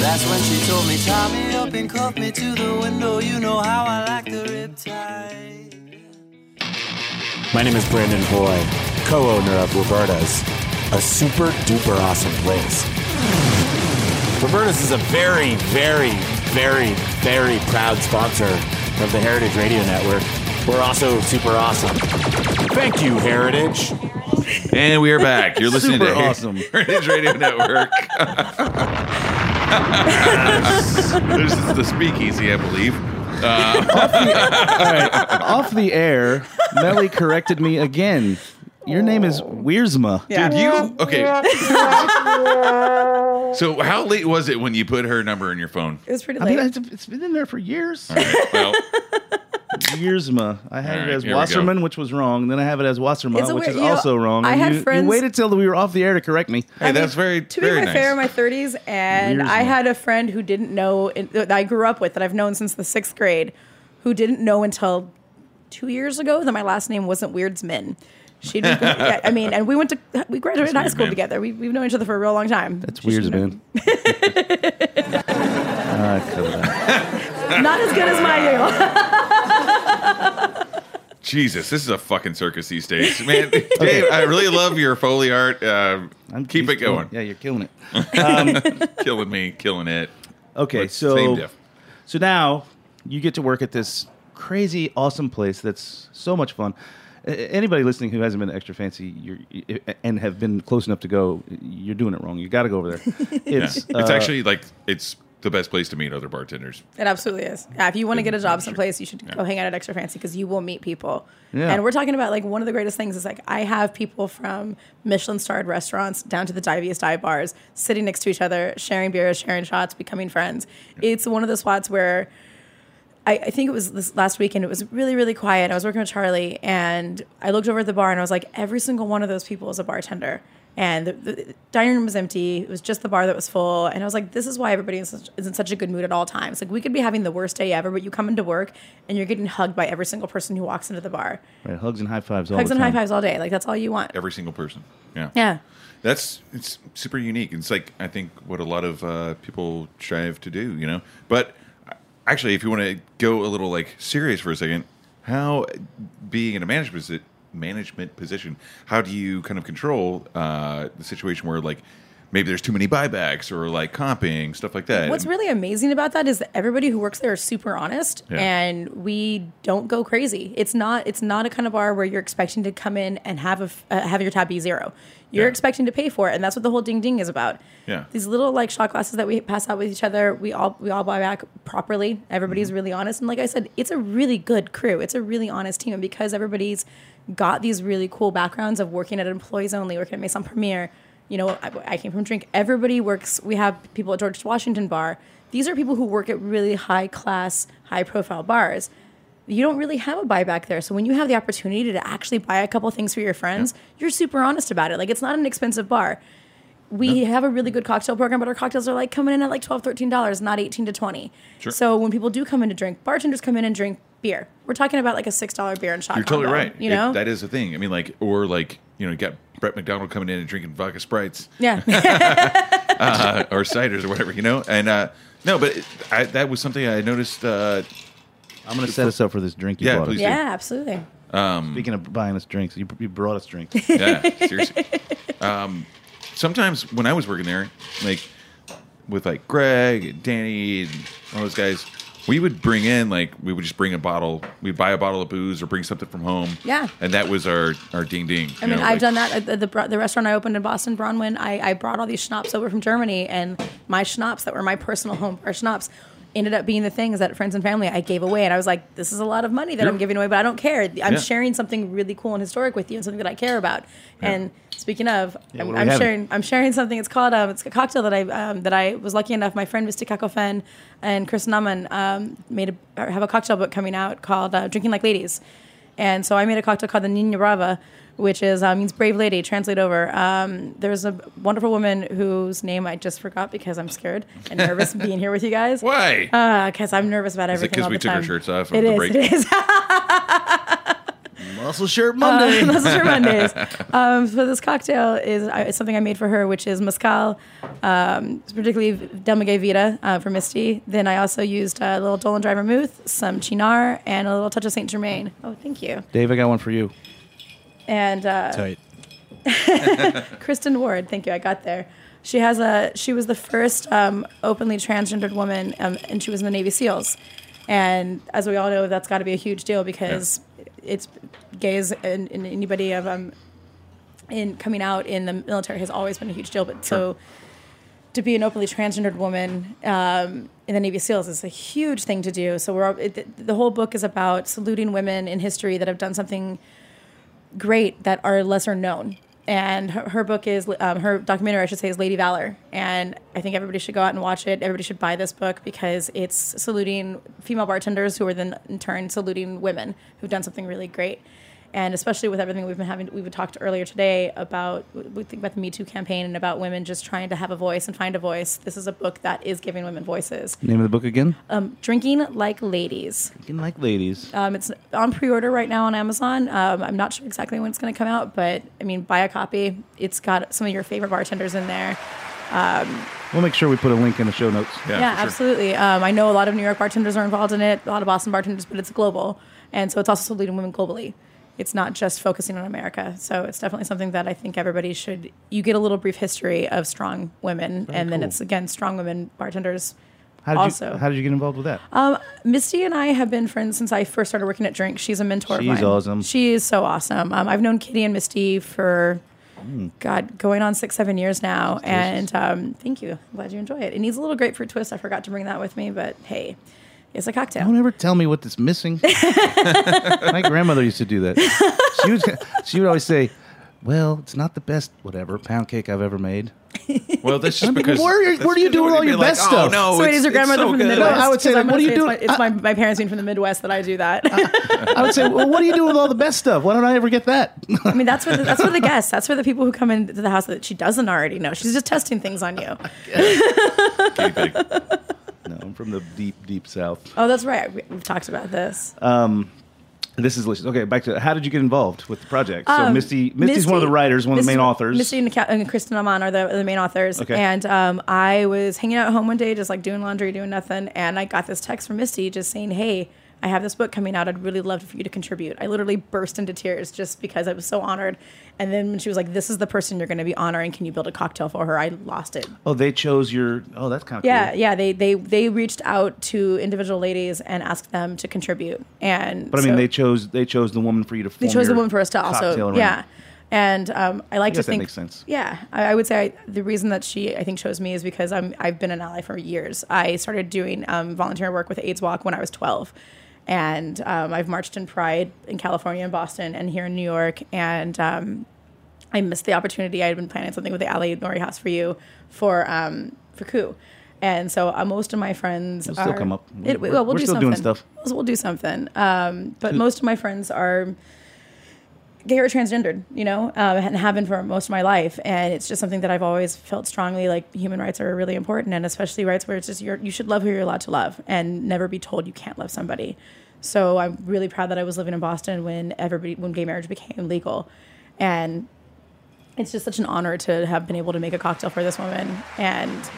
Speaker 4: That's when she told me, tie me up and cuff me to the window. You know how I like the riptide.
Speaker 9: My name is Brandon Boy, co owner of Roberta's, a super duper awesome place. Roberta's is a very, very, very, very proud sponsor of the Heritage Radio Network. We're also super awesome. Thank you, Heritage.
Speaker 5: And we are back. You're listening
Speaker 6: Super
Speaker 5: to Her-
Speaker 6: awesome.
Speaker 5: Heritage Radio Network. this is the speakeasy, I believe.
Speaker 6: Off the air, Melly corrected me again. Your name is Wiersma.
Speaker 5: Dude, you okay? so, how late was it when you put her number in your phone?
Speaker 7: it was pretty
Speaker 6: I
Speaker 7: late.
Speaker 6: mean, it's it's been in there for years.
Speaker 5: All right, well,
Speaker 6: Wiersma. I had
Speaker 5: All
Speaker 6: it
Speaker 5: right,
Speaker 6: as
Speaker 5: here we go.
Speaker 6: Wasserman, which was wrong. Then I have it as Wasserma,
Speaker 7: It's a
Speaker 6: which
Speaker 7: weird-
Speaker 6: is
Speaker 7: you know,
Speaker 6: also wrong.
Speaker 7: I
Speaker 6: And
Speaker 7: had
Speaker 6: you,
Speaker 7: friends-
Speaker 6: You waited till we were off the air to correct me.
Speaker 5: hey, that's very,
Speaker 7: to be
Speaker 5: very
Speaker 7: my
Speaker 5: nice.
Speaker 7: fair, in my 30s, and
Speaker 6: Years
Speaker 7: I
Speaker 6: now.
Speaker 7: had a friend who didn't know that I grew up with that I've known since the sixth grade, who didn't know until two years ago that my last name wasn't Weirdsman. She, didn't, yeah, I mean, and we went to we graduated high
Speaker 5: weird,
Speaker 7: school
Speaker 5: man.
Speaker 7: together. We, we've known each other for a real long time.
Speaker 6: It's weird, man. Ah, cut it out.
Speaker 7: Not as good as my Yale.
Speaker 5: Jesus, this is a fucking circus these days, man. Dave, I really love your Foley art. Uh, keep it going.
Speaker 6: Yeah, you're killing it.
Speaker 5: Killing me, killing it.
Speaker 6: Okay,
Speaker 5: Let's-
Speaker 6: so
Speaker 5: same diff.
Speaker 6: so now you get to work at this crazy, awesome place that's so much fun. A- Anybody listening who hasn't been to Extra Fancy you're, y- and have been close enough to go, you're doing it wrong. You got to go over there. It's,
Speaker 5: it's
Speaker 6: uh,
Speaker 5: actually like it's the best place to meet other bartenders.
Speaker 7: It absolutely is. Yeah, if you want to get a job someplace, you should go hang out at Extra Fancy because you will meet people.
Speaker 6: Yeah.
Speaker 7: And we're talking about like one of the greatest things is like I have people from Michelin starred restaurants down to the diviest dive bars sitting next to each other, sharing beers, sharing shots, becoming friends. It's one of the spots where I, I think it was this last weekend. It was really, really quiet. I was working with Charlie, and I looked over at the bar, and I was like, every single one of those people is a bartender. And the, the dining room was empty. It was just the bar that was full. And I was like, this is why everybody is, such, is in such a good mood at all times. Like, we could be having the worst day ever, but you come into work and you're getting hugged by every single person who walks into the bar.
Speaker 6: right, hugs and high fives all
Speaker 7: Hugs
Speaker 6: the
Speaker 7: and
Speaker 6: time.
Speaker 7: high fives all day. Like, that's all you want.
Speaker 5: Every single person. Yeah.
Speaker 7: Yeah.
Speaker 5: That's it's super unique. It's like I think what a lot of uh, people strive to do, you know. But uh, actually, if you want to go a little like serious for a second, how being in a management posi- management position, how do you kind of control uh, the situation where like maybe there's too many buybacks or like comping stuff like that?
Speaker 7: What's really amazing about that is that everybody who works there is super honest,
Speaker 5: Yeah.
Speaker 7: and we don't go crazy. It's not it's not a kind of bar where you're expecting to come in and have a f- uh, have your tab be zero. You're
Speaker 5: Yeah.
Speaker 7: expecting to pay for it, and that's what the whole ding ding is about.
Speaker 5: Yeah.
Speaker 7: these little like shot glasses that we pass out with each other, we all we all buy back properly. Everybody's really honest, and like I said, it's a really good crew. It's a really honest team, and because everybody's got these really cool backgrounds of working at employees only, working at Maison Premiere you know, I, I came from drink. Everybody works. We have people at George Washington Bar. These are people who work at really high class, high profile bars. You don't really have a buyback there. So when you have the opportunity to actually buy a couple things for your friends, you're super honest about it. Like it's not an expensive bar. We have a really good cocktail program, but our cocktails are like coming in at like $12, $13, not 18 to 20
Speaker 5: Sure.
Speaker 7: So when people do come in to drink, bartenders come in and drink beer. We're talking about like a $6 beer and shot.
Speaker 5: You're totally
Speaker 7: combo,
Speaker 5: right.
Speaker 7: You
Speaker 5: It-
Speaker 7: know?
Speaker 5: that is a thing. I mean, like, or like, you know, you got Brett McDonald coming in and drinking vodka sprites
Speaker 7: yeah.
Speaker 5: uh, or ciders or whatever, you know. And uh, no, but it, I, that was something I noticed. Uh,
Speaker 6: I'm going to set us up for this drink you
Speaker 5: Yeah,
Speaker 6: bought us.
Speaker 5: please do.
Speaker 7: yeah, absolutely.
Speaker 6: Speaking of buying us drinks, you, you brought us drinks.
Speaker 5: yeah, seriously. Um, sometimes when I was working there, like with like Greg and Danny and all those guys, we would bring in like we would just bring a bottle. We'd buy a bottle of booze or bring something from home.
Speaker 7: Yeah.
Speaker 5: and that was our our ding ding.
Speaker 7: I mean, I've done that at the, the br- the restaurant I opened in Boston, Bronwyn. I, I brought all these schnapps over from Germany, and my schnapps that were my personal home bar schnapps ended up being the things that friends and family I gave away. And I was like, this is a lot of money that I'm
Speaker 5: Yeah.
Speaker 7: giving away, but I don't care. I'm
Speaker 5: Yeah.
Speaker 7: sharing something really cool and historic with you, and something that I care about. And speaking of,
Speaker 6: what
Speaker 7: I'm,
Speaker 6: do we
Speaker 7: I'm
Speaker 6: have?
Speaker 7: sharing I'm sharing something. It's called um, it's a cocktail that I um, that I was lucky enough. My friend Mr. Kakofen and Chris Naman um, made a, or have a cocktail book coming out called uh, Drinking Like Ladies. And so I made a cocktail called the Nina Brava, which is uh, means brave lady. Translate over. Um, there's a wonderful woman whose name I just forgot because I'm scared and nervous being here with you guys.
Speaker 5: Why?
Speaker 7: Because I'm nervous about
Speaker 5: is it
Speaker 7: everything.
Speaker 5: because
Speaker 7: all
Speaker 5: we
Speaker 7: the
Speaker 5: took our
Speaker 7: time.
Speaker 5: shirts off?
Speaker 7: It
Speaker 5: over the
Speaker 7: is.
Speaker 5: break?
Speaker 7: It is.
Speaker 6: Muscle Shirt Monday.
Speaker 7: Um, Those are Mondays. Um, so this cocktail is uh, it's something I made for her, which is mezcal, um, particularly Del Maguey Vita uh, for Misty. Then I also used uh, a little Dolan Dry vermouth, some Chinar, and a little touch of Saint Germain. Oh, thank you.
Speaker 6: Dave, I got one for you.
Speaker 7: And uh,
Speaker 8: Tight.
Speaker 7: Kristen Ward, thank you. I got there. She has a. She was the first um, openly transgendered woman, um, and she was in the Navy SEALs. And as we all know, that's got to be a huge deal because it's gays and, and anybody of um, in coming out in the military has always been a huge deal. But so to be an openly transgendered woman um, in the Navy SEALs is a huge thing to do. So we're all, it, the whole book is about saluting women in history that have done something great that are lesser known. And her, her book is, um, her documentary, I should say, is Lady Valor. And I think everybody should go out and watch it. Everybody should buy this book because it's saluting female bartenders who are then in turn saluting women who've done something really great. And especially with everything we've been having, we talked earlier today about, we think about the Me Too campaign and about women just trying to have a voice and find a voice. This is a book that is giving women voices.
Speaker 6: Name of the book again?
Speaker 7: Um, Drinking Like Ladies.
Speaker 6: Drinking Like Ladies.
Speaker 7: Um, it's on pre-order right now on Amazon. Um, I'm not sure exactly when it's going to come out, but I mean, buy a copy. It's got some of your favorite bartenders in there.
Speaker 6: We'll make sure we put a link in the show notes.
Speaker 5: Yeah,
Speaker 7: oh, Yeah,
Speaker 5: for sure.
Speaker 7: absolutely. Um, I know a lot of New York bartenders are involved in it, a lot of Boston bartenders, but it's global, and so it's also leading women globally. It's not just focusing on America. So it's definitely something that I think everybody should. You get a little brief history of strong women, and then it's again strong women bartenders
Speaker 6: How did
Speaker 7: also.
Speaker 6: you, how did you get involved with that?
Speaker 7: Um, Misty and I have been friends since I first started working at Drink. She's a mentor
Speaker 6: She's
Speaker 7: of mine.
Speaker 6: awesome.
Speaker 7: She is so awesome. Um, I've known Kitty and Misty for,
Speaker 5: Hmm.
Speaker 7: God, going on six, seven years now. And um, thank you. I'm glad you enjoy it. It needs a little grapefruit twist. I forgot to bring that with me, but hey, it's a cocktail.
Speaker 6: Don't ever tell me what that's missing. My grandmother used to do that. She would, she would always say, "Well, it's not the best whatever pound cake I've ever made."
Speaker 5: Well, that's just
Speaker 6: like,
Speaker 5: because.
Speaker 6: where are-
Speaker 5: that's
Speaker 6: where do you
Speaker 5: because
Speaker 6: do
Speaker 5: it
Speaker 6: all
Speaker 5: would
Speaker 6: your
Speaker 5: be like,
Speaker 6: best
Speaker 5: "Oh,
Speaker 6: stuff?"
Speaker 5: No,
Speaker 7: so it
Speaker 5: it's-
Speaker 7: is your
Speaker 5: it's
Speaker 7: grandmother
Speaker 5: so
Speaker 7: from the
Speaker 5: good."
Speaker 7: Midwest.
Speaker 6: No, I would say,
Speaker 7: 'cause I'm
Speaker 6: like, what
Speaker 7: gonna
Speaker 6: are you
Speaker 7: It's, my, it's my, my parents being from the Midwest that I do that.
Speaker 6: I would say, "Well, what do you do with all the best stuff? Why don't I ever get that?"
Speaker 7: I mean, that's for the, that's for the guests. That's for the people who come into the house that she doesn't already know. She's just testing things on you.
Speaker 5: Guinea pig.
Speaker 6: no, I'm from the deep, deep south.
Speaker 7: Oh, that's right. We, we've talked about this.
Speaker 6: This is delicious. Okay, back to how did you get involved with the project? So
Speaker 7: Um,
Speaker 6: Misty, Misty's one of the writers, one of the
Speaker 7: Misty-
Speaker 6: main authors.
Speaker 7: Misty and, Ka- and Kristen Amon are the, are the main authors.
Speaker 6: Okay.
Speaker 7: And um, I was hanging out at home one day, just like doing laundry, doing nothing, and I got this text from Misty just saying, "Hey, I have this book coming out. I'd really love for you to contribute." I literally burst into tears just because I was so honored. And then when she was like, "This is the person you're going to be honoring. Can you build a cocktail for her?" I lost it.
Speaker 6: Oh, they chose your. Oh, that's kind of
Speaker 7: Yeah,
Speaker 6: Cool.
Speaker 7: yeah. They they they reached out to individual ladies and asked them to contribute. And
Speaker 6: But I mean,
Speaker 7: so-
Speaker 6: they chose they chose the woman for you to. Form
Speaker 7: they chose the
Speaker 6: your
Speaker 7: woman for us to
Speaker 6: cocktail
Speaker 7: also
Speaker 6: around.
Speaker 7: yeah and um, i like
Speaker 6: guess
Speaker 7: to
Speaker 6: that
Speaker 7: think
Speaker 6: makes sense.
Speaker 7: yeah i, I would say I, the reason that she i think chose me is because i'm i've been an ally for years i started doing um, volunteer work with aids walk when i was 12 and um, i've marched in pride in california and boston and here in new york and um, I missed the opportunity. I had been planning something with the Alley Nori House for you for um for coup. And so uh, most of my friends
Speaker 6: It'll still
Speaker 7: are-
Speaker 6: come up.
Speaker 7: It,
Speaker 6: We're-
Speaker 7: well, we'll
Speaker 6: we're
Speaker 7: do
Speaker 6: still
Speaker 7: something.
Speaker 6: doing stuff.
Speaker 7: We'll, we'll do something. Um, but most of my friends are gay or transgendered, you know, um, and have been for most of my life. And it's just something that I've always felt strongly like human rights are really important, and especially rights where it's just you're, you should love who you're allowed to love and never be told you can't love somebody. So I'm really proud that I was living in Boston when everybody when gay marriage became legal, and it's just such an honor to have been able to make a cocktail for this woman and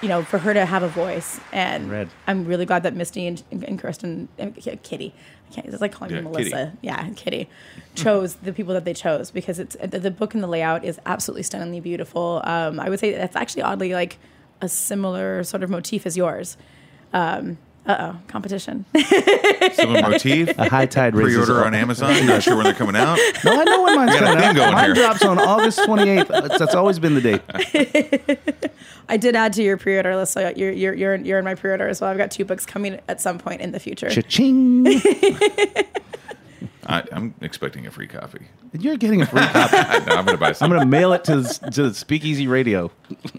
Speaker 7: you know for her to have a voice and
Speaker 6: Red.
Speaker 7: i'm really glad that misty and, and kristen and K- kitty i can't it's like calling
Speaker 5: Yeah,
Speaker 7: me
Speaker 5: Kitty.
Speaker 7: melissa yeah kitty chose the people that they chose because it's the, the book and the layout is absolutely stunningly beautiful um, i would say that's actually oddly like a similar sort of motif as yours um, uh-oh competition
Speaker 5: Some motif.
Speaker 6: A high tide raises
Speaker 5: Pre-order
Speaker 6: all-
Speaker 5: on Amazon. Not sure when they're coming out.
Speaker 6: No, I know when mine's
Speaker 5: We got a
Speaker 6: coming
Speaker 5: thing
Speaker 6: out.
Speaker 5: going
Speaker 6: Mine
Speaker 5: here.
Speaker 6: drops on August 28th. That's, that's always been the date.
Speaker 7: i did add to your pre-order list so you're, you're, you're, in, you're in my pre-order as well i've got two books coming at some point in the future
Speaker 6: Cha-ching.
Speaker 5: I, I'm expecting a free copy.
Speaker 6: You're getting a free copy.
Speaker 5: I, am going to buy
Speaker 6: I'm
Speaker 5: some.
Speaker 6: going to mail it to, to Speakeasy Radio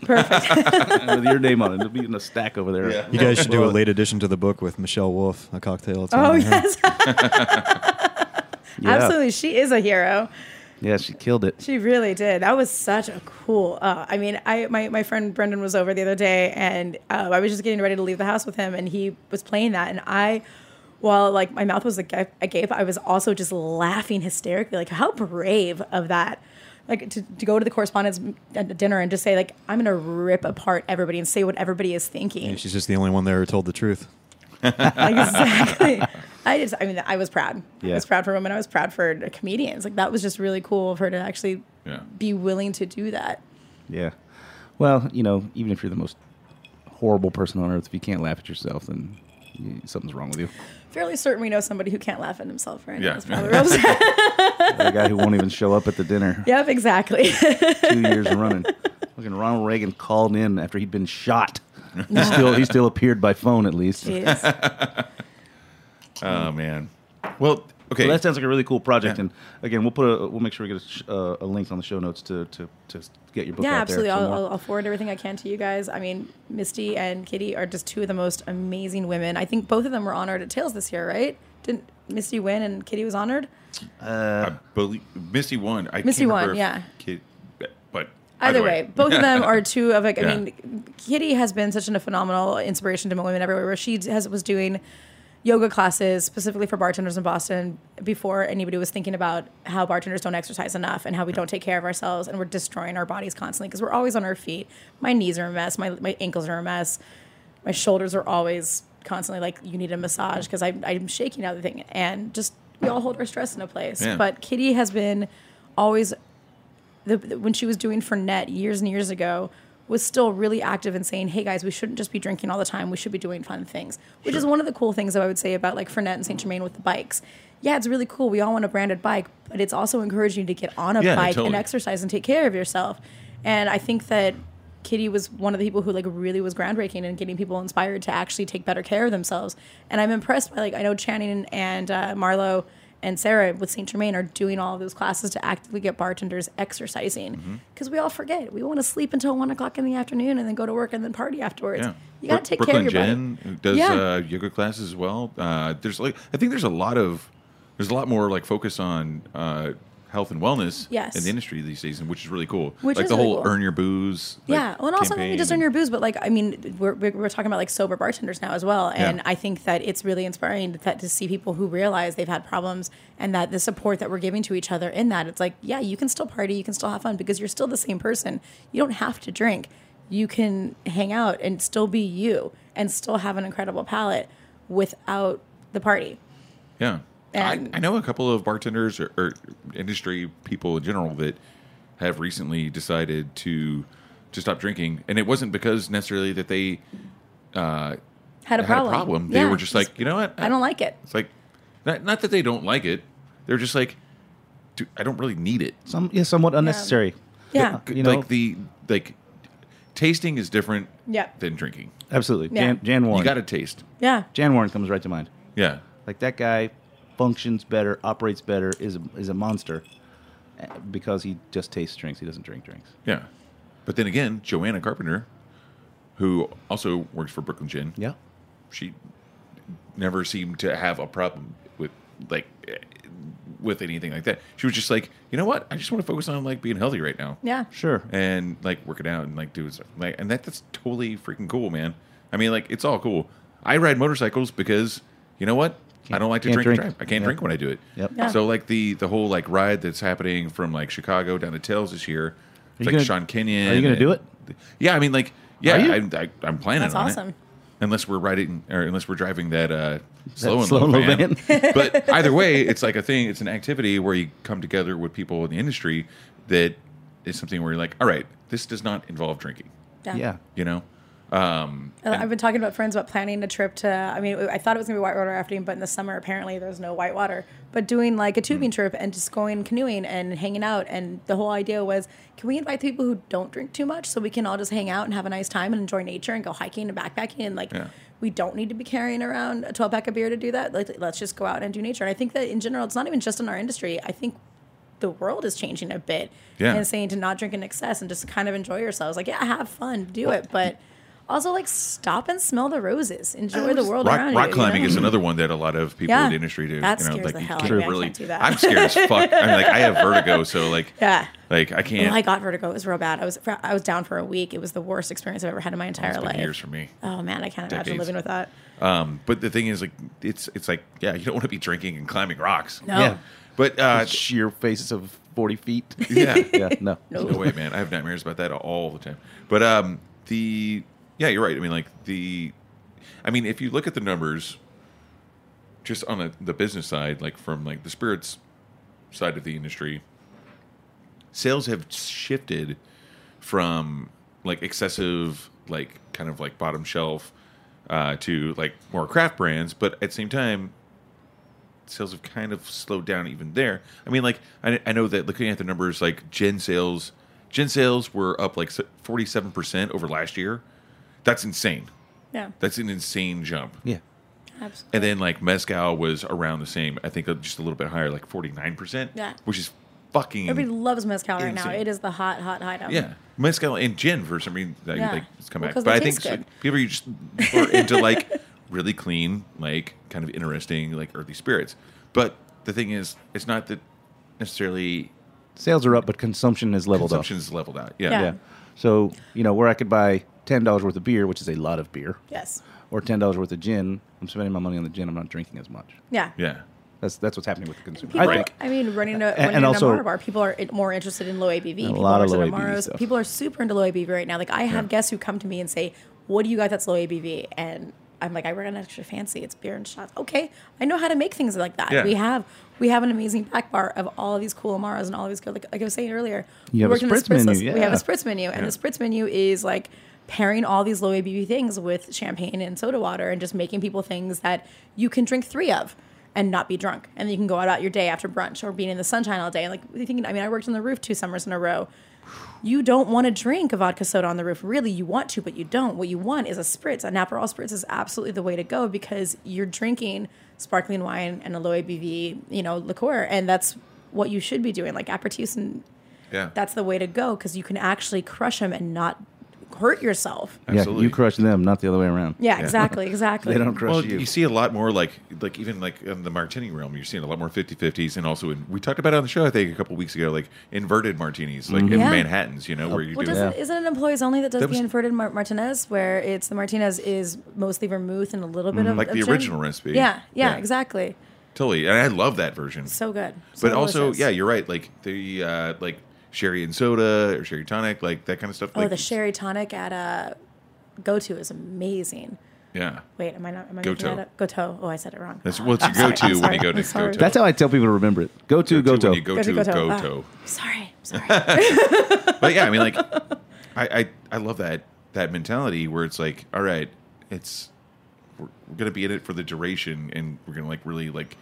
Speaker 7: perfect
Speaker 6: with your name on it. It'll be in a stack over there.
Speaker 5: Yeah.
Speaker 8: You guys should do a late addition to the book with Michelle Wolf, a cocktail. It's
Speaker 7: Oh
Speaker 8: on her.
Speaker 7: yes,
Speaker 6: Yeah.
Speaker 7: absolutely. She is a hero.
Speaker 6: Yeah, she killed it.
Speaker 7: She really did. That was such a cool. Uh, I mean, I my, my friend Brendan was over the other day, and uh, I was just getting ready to leave the house with him, and he was playing that, and I. While like my mouth was aga- agape, I was also just laughing hysterically. Like how brave of that, like to, to go to the correspondence m- at dinner and just say like I'm gonna rip apart everybody and say what everybody is thinking.
Speaker 8: And she's just the only one there who told the truth.
Speaker 7: Like, exactly. I just, I mean, I was proud.
Speaker 6: Yeah.
Speaker 7: I was proud for women. I was proud for comedians. Like that was just really cool of her to actually
Speaker 5: Yeah.
Speaker 7: be willing to do that.
Speaker 6: Yeah. Well, you know, even if you're the most horrible person on earth, if you can't laugh at yourself, then you- something's wrong with you.
Speaker 7: Fairly certain we know somebody who can't laugh at himself right
Speaker 5: Yeah.
Speaker 7: now. That's probably what I'm saying.
Speaker 6: The guy who won't even show up at the dinner
Speaker 7: yep, exactly.
Speaker 6: two years running. Fucking Ronald Reagan called in after he'd been shot. He still, he still appeared by phone, at least.
Speaker 7: Jeez.
Speaker 5: Oh man. Well, okay.
Speaker 6: Well, that sounds like a really cool project. And again, we'll put a we'll make sure we get a, sh- uh, a link on the show notes to to, to get your book.
Speaker 7: Yeah,
Speaker 6: out
Speaker 7: absolutely.
Speaker 6: There
Speaker 7: I'll,
Speaker 6: somewhere.
Speaker 7: I'll, I'll forward everything I can to you guys. I mean, Misty and Kitty are just two of the most amazing women. I think both of them were honored at Tails this year, right? Didn't Misty win and Kitty was honored?
Speaker 5: I believe Misty won. I
Speaker 7: Misty
Speaker 5: can't
Speaker 7: won,
Speaker 5: remember if
Speaker 7: yeah.
Speaker 5: Kid, but
Speaker 7: Either way, both of them are two of like. I
Speaker 5: Yeah.
Speaker 7: mean, Kitty has been such a phenomenal inspiration to women everywhere. Where she has was doing yoga classes specifically for bartenders in Boston before anybody was thinking about how bartenders don't exercise enough and how we don't take care of ourselves and we're destroying our bodies constantly because we're always on our feet. My knees are a mess. My my ankles are a mess. My shoulders are always constantly like you need a massage because I'm I'm shaking out the thing and just we all hold our stress in a place.
Speaker 5: Yeah.
Speaker 7: But Kitty has been always the, the- when she was doing Fernet years and years ago, was still really active and saying, "Hey guys, we shouldn't just be drinking all the time. We should be doing fun things," which is one of the cool things that I would say about like Fernet and Saint Germain with the bikes. Yeah, it's really cool. We all want a branded bike, but it's also encouraging you to get on a
Speaker 5: Yeah,
Speaker 7: bike and
Speaker 5: totally.
Speaker 7: exercise and take care of yourself. And I think that Kitty was one of the people who like really was groundbreaking and getting people inspired to actually take better care of themselves. And I'm impressed by like I know Channing and uh, Marlo and Sarah with Saint Germain are doing all of those classes to actively get bartenders
Speaker 5: Mm-hmm.
Speaker 7: exercising because we all forget we want to sleep until one o'clock in the afternoon and then go to work and then party afterwards.
Speaker 5: Yeah.
Speaker 7: You gotta
Speaker 5: Brook-
Speaker 7: take
Speaker 5: Brooklyn
Speaker 7: care of your
Speaker 5: Jen
Speaker 7: body.
Speaker 5: who does
Speaker 7: Yeah.
Speaker 5: uh, yoga classes as well. Uh, there's like I think there's a lot of there's a lot more like focus on uh, health and wellness
Speaker 7: Yes.
Speaker 5: in the industry these days, and which is really cool.
Speaker 7: Which
Speaker 5: like
Speaker 7: is
Speaker 5: the
Speaker 7: really
Speaker 5: whole
Speaker 7: cool.
Speaker 5: earn your booze. like,
Speaker 7: yeah, well, and also not
Speaker 5: campaign
Speaker 7: even just
Speaker 5: and-
Speaker 7: earn your booze, but like I mean, we're we're we're talking about like sober bartenders now as well, and
Speaker 5: Yeah.
Speaker 7: I think that it's really inspiring that to see people who realize they've had problems and that the support that we're giving to each other in that it's like yeah, you can still party, you can still have fun because you're still the same person. You don't have to drink. You can hang out and still be you and still have an incredible palate without the party.
Speaker 5: Yeah. I,
Speaker 7: And-
Speaker 5: I know a couple of bartenders or, or industry people in general that have recently decided to to stop drinking, and it wasn't because necessarily that they
Speaker 7: Had a
Speaker 5: had
Speaker 7: problem.
Speaker 5: a problem. They
Speaker 7: Yeah,
Speaker 5: were just like, you know what,
Speaker 7: I don't like it.
Speaker 5: It's like not not that they don't like it; they're just like, Dude, I don't really need it.
Speaker 6: Some, yeah, somewhat unnecessary.
Speaker 7: Yeah.
Speaker 6: You know?
Speaker 5: like the like tasting is different
Speaker 7: Yeah.
Speaker 5: than drinking.
Speaker 6: Absolutely.
Speaker 7: Yeah.
Speaker 6: Jan, Jan Warren.
Speaker 5: You got to taste.
Speaker 7: Yeah.
Speaker 6: Jan Warren comes right to mind.
Speaker 5: Yeah,
Speaker 6: Like that guy functions better, operates better, is a, is a monster uh, because he just tastes drinks. He doesn't drink drinks.
Speaker 5: yeah. But then again, Joanna Carpenter, who also works for Brooklyn Gin,
Speaker 6: Yeah.
Speaker 5: she never seemed to have a problem with like eh, with anything like that. She was just like, you know what? I just want to focus on like being healthy right now.
Speaker 7: Yeah.
Speaker 6: Sure.
Speaker 5: and like working out and like doing stuff. Like, and that, that's totally freaking cool, man. I mean, like, it's all cool. I ride motorcycles because you know what? I don't like to
Speaker 6: Can't
Speaker 5: drink, and
Speaker 6: drink.
Speaker 5: drive. I can't
Speaker 6: Yep.
Speaker 5: drink when I do it.
Speaker 6: Yep.
Speaker 7: Yeah.
Speaker 5: So like the the whole like ride that's happening from like Chicago down to Tails this year. It's
Speaker 6: you
Speaker 5: like
Speaker 6: gonna-
Speaker 5: Sean Kenyon.
Speaker 6: are you gonna
Speaker 5: and-
Speaker 6: do it?
Speaker 5: Yeah, I mean, like, yeah,
Speaker 6: you?
Speaker 5: I, I, I'm planning
Speaker 7: That's
Speaker 5: on it.
Speaker 7: awesome.
Speaker 5: Unless we're riding, or unless we're driving that uh, slow and
Speaker 6: slow
Speaker 5: low,
Speaker 6: and low
Speaker 5: van. but either way, it's like a thing. It's an activity where you come together with people in the industry that is something where you're like, all right, this does not involve drinking.
Speaker 7: Yeah.
Speaker 6: Yeah.
Speaker 5: You know,
Speaker 7: Uh, I've been talking about friends about planning a trip to. I mean, I thought it was going to be whitewater rafting, but in the summer apparently there's no whitewater. But doing like a tubing trip and just going canoeing and hanging out, and the whole idea was, can we invite people who don't drink too much so we can all just hang out and have a nice time and enjoy nature and go hiking and backpacking and like.
Speaker 5: Yeah.
Speaker 7: We don't need to be carrying around a 12 pack of beer to do that. Like, let's just go out and do nature. And I think that in general, it's not even just in our industry. I think the world is changing a bit
Speaker 5: Yeah.
Speaker 7: and saying to not drink in excess and just kind of enjoy yourselves. Like, yeah, have fun, do it, but also like stop and smell the roses, enjoy the world around
Speaker 5: rock,
Speaker 7: you,
Speaker 5: rock
Speaker 7: you.
Speaker 5: climbing
Speaker 7: know?
Speaker 5: is another one that a lot of people
Speaker 7: Yeah.
Speaker 5: in the industry do.
Speaker 7: That
Speaker 5: you know,
Speaker 7: scares
Speaker 5: like
Speaker 7: the
Speaker 5: you
Speaker 7: hell out
Speaker 5: can't
Speaker 7: of me. I
Speaker 5: really.
Speaker 7: can't do that.
Speaker 5: I'm scared as fuck. I'm like, I have vertigo, so like,
Speaker 7: Yeah.
Speaker 5: like I can't.
Speaker 7: Well, I got Oh vertigo. It was real bad. I was I was down for a week. It was the worst experience I've ever had in my entire
Speaker 5: it's been
Speaker 7: life.
Speaker 5: years for me.
Speaker 7: Oh man, I can't imagine
Speaker 5: Decades.
Speaker 7: living with that.
Speaker 5: Um, but the thing is, like, it's it's like, yeah, you don't want to be drinking and climbing rocks.
Speaker 7: No.
Speaker 6: Yeah.
Speaker 5: But uh,
Speaker 6: Sheer faces of 40 feet.
Speaker 5: yeah,
Speaker 6: yeah. No.
Speaker 5: No way, man. I have nightmares about that all the time. But um, the yeah, you're right. I mean, like the, I mean, if you look at the numbers, just on the the business side, like from like the spirits side of the industry, sales have shifted from like excessive, like kind of like bottom shelf, uh, to like more craft brands. But at the same time, sales have kind of slowed down even there. I mean, like I, I know that looking at the numbers, like gin sales, gin sales were up like forty seven percent over last year. That's insane.
Speaker 7: Yeah,
Speaker 5: That's an insane jump.
Speaker 6: Yeah.
Speaker 7: absolutely.
Speaker 5: And then like mezcal was around the same. I think just a little bit higher, like forty nine percent.
Speaker 7: Yeah.
Speaker 5: which is fucking
Speaker 7: Everybody loves mezcal right now.
Speaker 5: Insane.
Speaker 7: It is the hot, hot um, item.
Speaker 5: yeah. Mezcal and gin for some reason that
Speaker 7: Yeah.
Speaker 5: like it's come
Speaker 7: Well,
Speaker 5: back.
Speaker 7: 'cause
Speaker 5: But I
Speaker 7: they
Speaker 5: think
Speaker 7: taste
Speaker 5: so-
Speaker 7: good.
Speaker 5: people are just are into like really clean, like kind of interesting, like earthy spirits. But the thing is, it's not that necessarily
Speaker 6: Sales are up, but consumption is leveled
Speaker 5: consumption is leveled out. Yeah.
Speaker 7: Yeah.
Speaker 6: off. Yeah. So, you know, where I could buy $10 worth of beer, which is a lot of beer,
Speaker 7: Yes.
Speaker 6: or $10 worth of gin, I'm spending my money on the gin. I'm not drinking as much.
Speaker 7: Yeah.
Speaker 5: Yeah.
Speaker 6: That's that's what's happening with the consumer.
Speaker 7: People,
Speaker 6: I
Speaker 7: I,
Speaker 6: think.
Speaker 7: mean, running a,
Speaker 6: and
Speaker 7: running an
Speaker 6: also-
Speaker 7: Amaro bar, people are in- more interested in low ABV. people
Speaker 6: lot
Speaker 7: are
Speaker 6: of low
Speaker 7: interested in
Speaker 6: ABV
Speaker 7: Amaros.
Speaker 6: stuff.
Speaker 7: People are super into low ABV right now. Like I have guests who come to me and say, "What do you got that's low ABV?" And I'm like, I work on extra fancy. It's beer and shots. Okay, I know how to make things like that.
Speaker 5: Yeah.
Speaker 7: We have we have an amazing back bar of all of these cool amaras and all of these cool. Like, like I was saying earlier,
Speaker 6: You have a
Speaker 7: we worked in the
Speaker 6: spritz menu,
Speaker 7: list. We have a
Speaker 6: yeah.
Speaker 7: spritz menu, and the spritz menu is like pairing all these low ABV things with champagne and soda water, and just making people things that you can drink three of. And not be drunk, and then you can go out about your day after brunch or being in the sunshine all day. And like, you think, I mean, I worked on the roof two summers in a row you don't want to drink a vodka soda on the roof. Really, you want to, but you don't. What you want is a spritz. An Aperol spritz is absolutely the way to go because you're drinking sparkling wine and a low ABV, you know, liqueur, and that's what you should be doing. Like aperitifs, and
Speaker 5: Yeah.
Speaker 7: that's the way to go because you can actually crush them and not hurt yourself.
Speaker 5: Absolutely.
Speaker 6: Yeah, you crush them, not the other way around.
Speaker 7: Yeah, exactly, exactly.
Speaker 6: They don't crush
Speaker 5: well,
Speaker 6: you.
Speaker 5: you. see a lot more like like even like in the martini realm, you're seeing a lot more 50-50s and also in, we talked about it on the show I think a couple weeks ago like inverted martinis like in
Speaker 7: Mm-hmm. Yeah.
Speaker 5: Manhattan's, you know,
Speaker 6: Oh,
Speaker 5: where you
Speaker 7: Well,
Speaker 5: do
Speaker 7: doesn't, isn't it employees only that does
Speaker 5: That was-
Speaker 7: the inverted mar- Martinez, where it's the Martinez is mostly vermouth and a little bit of
Speaker 5: Mm-hmm. Like
Speaker 7: of
Speaker 5: the
Speaker 7: gin?
Speaker 5: original recipe.
Speaker 7: Yeah, yeah,
Speaker 5: Yeah.
Speaker 7: exactly.
Speaker 5: totally. And I love that version.
Speaker 7: So good. So
Speaker 5: but also,
Speaker 7: delicious.
Speaker 5: yeah, you're right. Like the uh like sherry and soda or sherry tonic, like that kind of stuff.
Speaker 7: Oh,
Speaker 5: like,
Speaker 7: the sherry tonic at a go to is amazing.
Speaker 5: Yeah.
Speaker 7: Wait, am I not? Am I
Speaker 5: Go-to.
Speaker 7: making that up? Go to. Oh, I said it wrong.
Speaker 5: That's what's your go to when you go to
Speaker 7: sorry.
Speaker 5: go to.
Speaker 6: That's how I tell people to remember it. Go to, go
Speaker 5: When you
Speaker 6: to.
Speaker 5: go
Speaker 7: Go-to,
Speaker 5: to
Speaker 7: go-to.
Speaker 5: go
Speaker 7: Ah.
Speaker 5: to.
Speaker 7: sorry, sorry.
Speaker 5: but yeah, I mean, like, I, I I love that that mentality where it's like, all right, it's we're, we're gonna be in it for the duration, and we're gonna like really like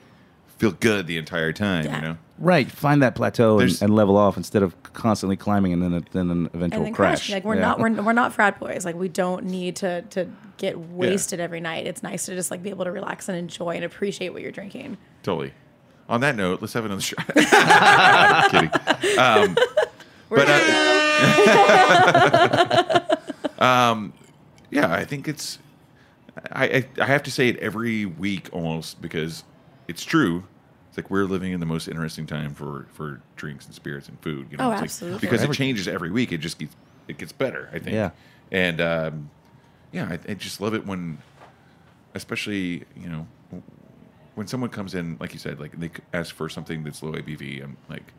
Speaker 5: feel good the entire time,
Speaker 7: Yeah.
Speaker 5: you know?
Speaker 6: Right, find that plateau and,
Speaker 5: There's-
Speaker 6: and level off instead of constantly climbing and then a, then an eventual
Speaker 7: and then crash.
Speaker 6: crash.
Speaker 7: Like we're
Speaker 6: Yeah.
Speaker 7: not we're, we're not frat boys. Like we don't need to to get wasted every night. It's nice to just like be able to relax and enjoy and appreciate what you're drinking.
Speaker 5: Totally. On that note, let's have another shot. I'm kidding. Um, but uh, um, yeah, I think it's. I, I I have to say it every week almost because it's true. It's like we're living in the most interesting time for for drinks and spirits and food. You know,
Speaker 7: Oh,
Speaker 5: It's like-
Speaker 7: absolutely.
Speaker 5: because it changes every week. It just gets it gets better. I think.
Speaker 6: Yeah.
Speaker 5: And um, yeah, I, I just love it when, especially you know, when someone comes in, like you said, like they ask for something that's low ABV, I'm like,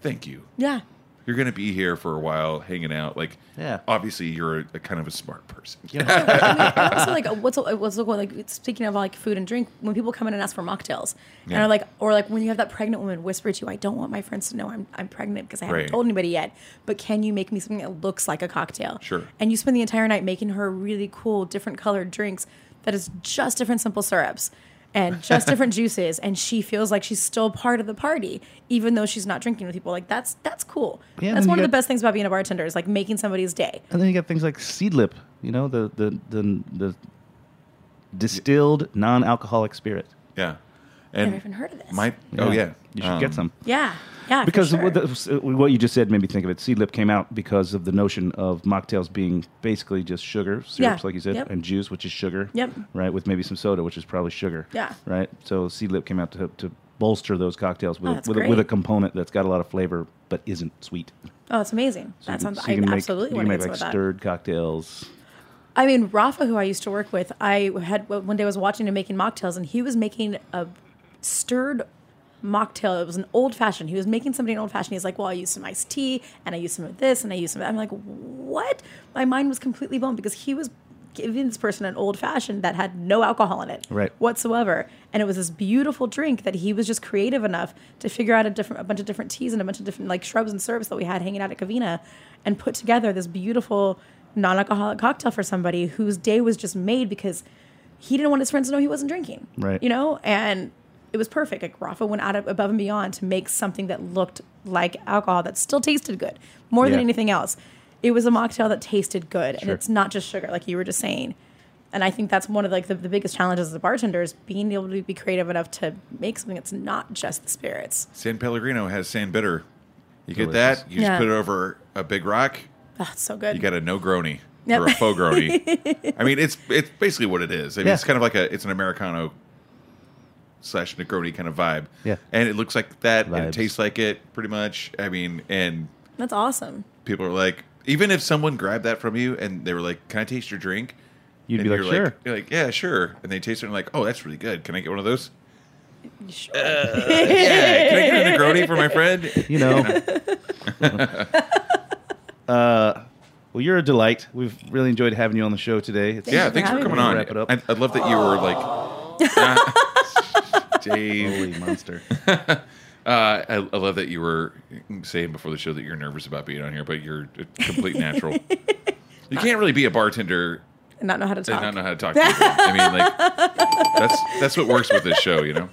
Speaker 5: thank you.
Speaker 7: Yeah.
Speaker 5: You're gonna be here for a while, hanging out. Like,
Speaker 6: Yeah.
Speaker 5: obviously you're a, a kind of a smart person.
Speaker 7: And also like what's what's the one, like speaking of like food and drink when people come in and ask for mocktails and
Speaker 5: Yeah.
Speaker 7: are like or like when you have that pregnant woman whisper to you I don't want my friends to know I'm I'm pregnant because I haven't
Speaker 5: Right.
Speaker 7: told anybody yet but can you make me something that looks like a cocktail
Speaker 5: Sure.
Speaker 7: and you spend the entire night making her really cool different colored drinks that is just different simple syrups and just different juices and she feels like she's still part of the party even though she's not drinking with people like that's that's cool
Speaker 6: Yeah,
Speaker 7: that's
Speaker 6: when
Speaker 7: one
Speaker 6: you
Speaker 7: of the
Speaker 6: get-
Speaker 7: best things about being a bartender is like making somebody's day
Speaker 6: And then you got things like seed lip, you know, the the the, the distilled non-alcoholic spirit.
Speaker 5: Yeah.
Speaker 7: I've
Speaker 5: And
Speaker 7: never even heard of this
Speaker 5: my oh yeah,
Speaker 6: you should
Speaker 5: Um,
Speaker 6: get some.
Speaker 7: yeah yeah for
Speaker 6: Because
Speaker 7: sure.
Speaker 6: what, the, uh, what you just said made me think of it. Seed lip came out because of the notion of mocktails being basically just sugar syrups,
Speaker 7: Yeah.
Speaker 6: like you said,
Speaker 7: Yep.
Speaker 6: and juice, which is sugar.
Speaker 7: Yep.
Speaker 6: Right, with maybe some soda, which is probably sugar.
Speaker 7: Yeah.
Speaker 6: Right. So seed lip came out to to bolster those cocktails with
Speaker 7: Oh,
Speaker 6: a-
Speaker 7: that's
Speaker 6: with, a, with a
Speaker 7: great.
Speaker 6: component that's got a lot of flavor but isn't sweet.
Speaker 7: Oh, it's amazing.
Speaker 6: So
Speaker 7: that
Speaker 6: you can-
Speaker 7: sounds.
Speaker 6: so you can
Speaker 7: I
Speaker 6: make-
Speaker 7: absolutely
Speaker 6: you can
Speaker 7: want to
Speaker 6: make
Speaker 7: get some
Speaker 6: like
Speaker 7: of that.
Speaker 6: stirred cocktails.
Speaker 7: I mean, Rafa, who I used to work with, I had one day I was watching him making mocktails, and he was making a stirred mocktail. It was an old fashioned. He was making something old fashioned. He's like, "Well, I used some iced tea, and I used some of this, and I used some." Of that. I'm like, "What?" My mind was completely blown because he was giving this person an old fashioned that had no alcohol in it
Speaker 6: Right.
Speaker 7: whatsoever, and it was this beautiful drink that he was just creative enough to figure out a different, a bunch of different teas and a bunch of different like shrubs and syrups that we had hanging out at Cavina, and put together this beautiful non-alcoholic cocktail for somebody whose day was just made because he didn't want his friends to know he wasn't drinking.
Speaker 6: Right.
Speaker 7: You know, Oh, and it was perfect. Like Rafa went out of, above and beyond to make something that looked like alcohol that still tasted good, more than
Speaker 6: Yeah.
Speaker 7: anything else. It was a mocktail that tasted good, and it's not just sugar, like you were just saying. And I think that's one of like the, the biggest challenges as a bartender is being able to be creative enough to make something that's not just the spirits.
Speaker 5: San Pellegrino has San Bitter. You get
Speaker 6: Delicious.
Speaker 5: that? You just
Speaker 7: Yeah.
Speaker 5: put it over a big rock.
Speaker 7: Oh, it's so good.
Speaker 5: You got a no grony
Speaker 7: Yep.
Speaker 5: or a faux grony. I mean, it's it's basically what it is. I mean,
Speaker 6: Yeah.
Speaker 5: it's kind of like a it's an americano slash Negroni kind of vibe.
Speaker 6: Yeah.
Speaker 5: and it looks like that, and it
Speaker 6: Vibes.
Speaker 5: tastes like it pretty much. I mean, and
Speaker 7: that's awesome.
Speaker 5: people are like, even if someone grabbed that from you and they were like, "Can I taste your drink?"
Speaker 6: You'd
Speaker 5: And
Speaker 6: be like,
Speaker 5: you're
Speaker 6: sure.
Speaker 5: You're like, yeah, sure. And they taste it and like, oh, that's really good. Can I get one of those? Uh,
Speaker 7: Sure.
Speaker 5: Yeah. Can I get a Negroni for my friend?
Speaker 6: You know. uh, Well, you're a delight. We've really enjoyed having you on the show today. It's,
Speaker 5: yeah,
Speaker 7: for
Speaker 5: thanks for
Speaker 7: having
Speaker 5: coming
Speaker 6: me.
Speaker 5: on.
Speaker 6: Wrap it up.
Speaker 5: I, I'd love that you were like. Dave,
Speaker 6: Holy monster.
Speaker 5: uh, I, I love that you were saying before the show that you're nervous about being on here, but you're a complete natural. You can't really be a bartender
Speaker 7: and not know how to
Speaker 5: and
Speaker 7: talk.
Speaker 5: not know how to talk. To people. I mean, like that's that's what works with this show, you know.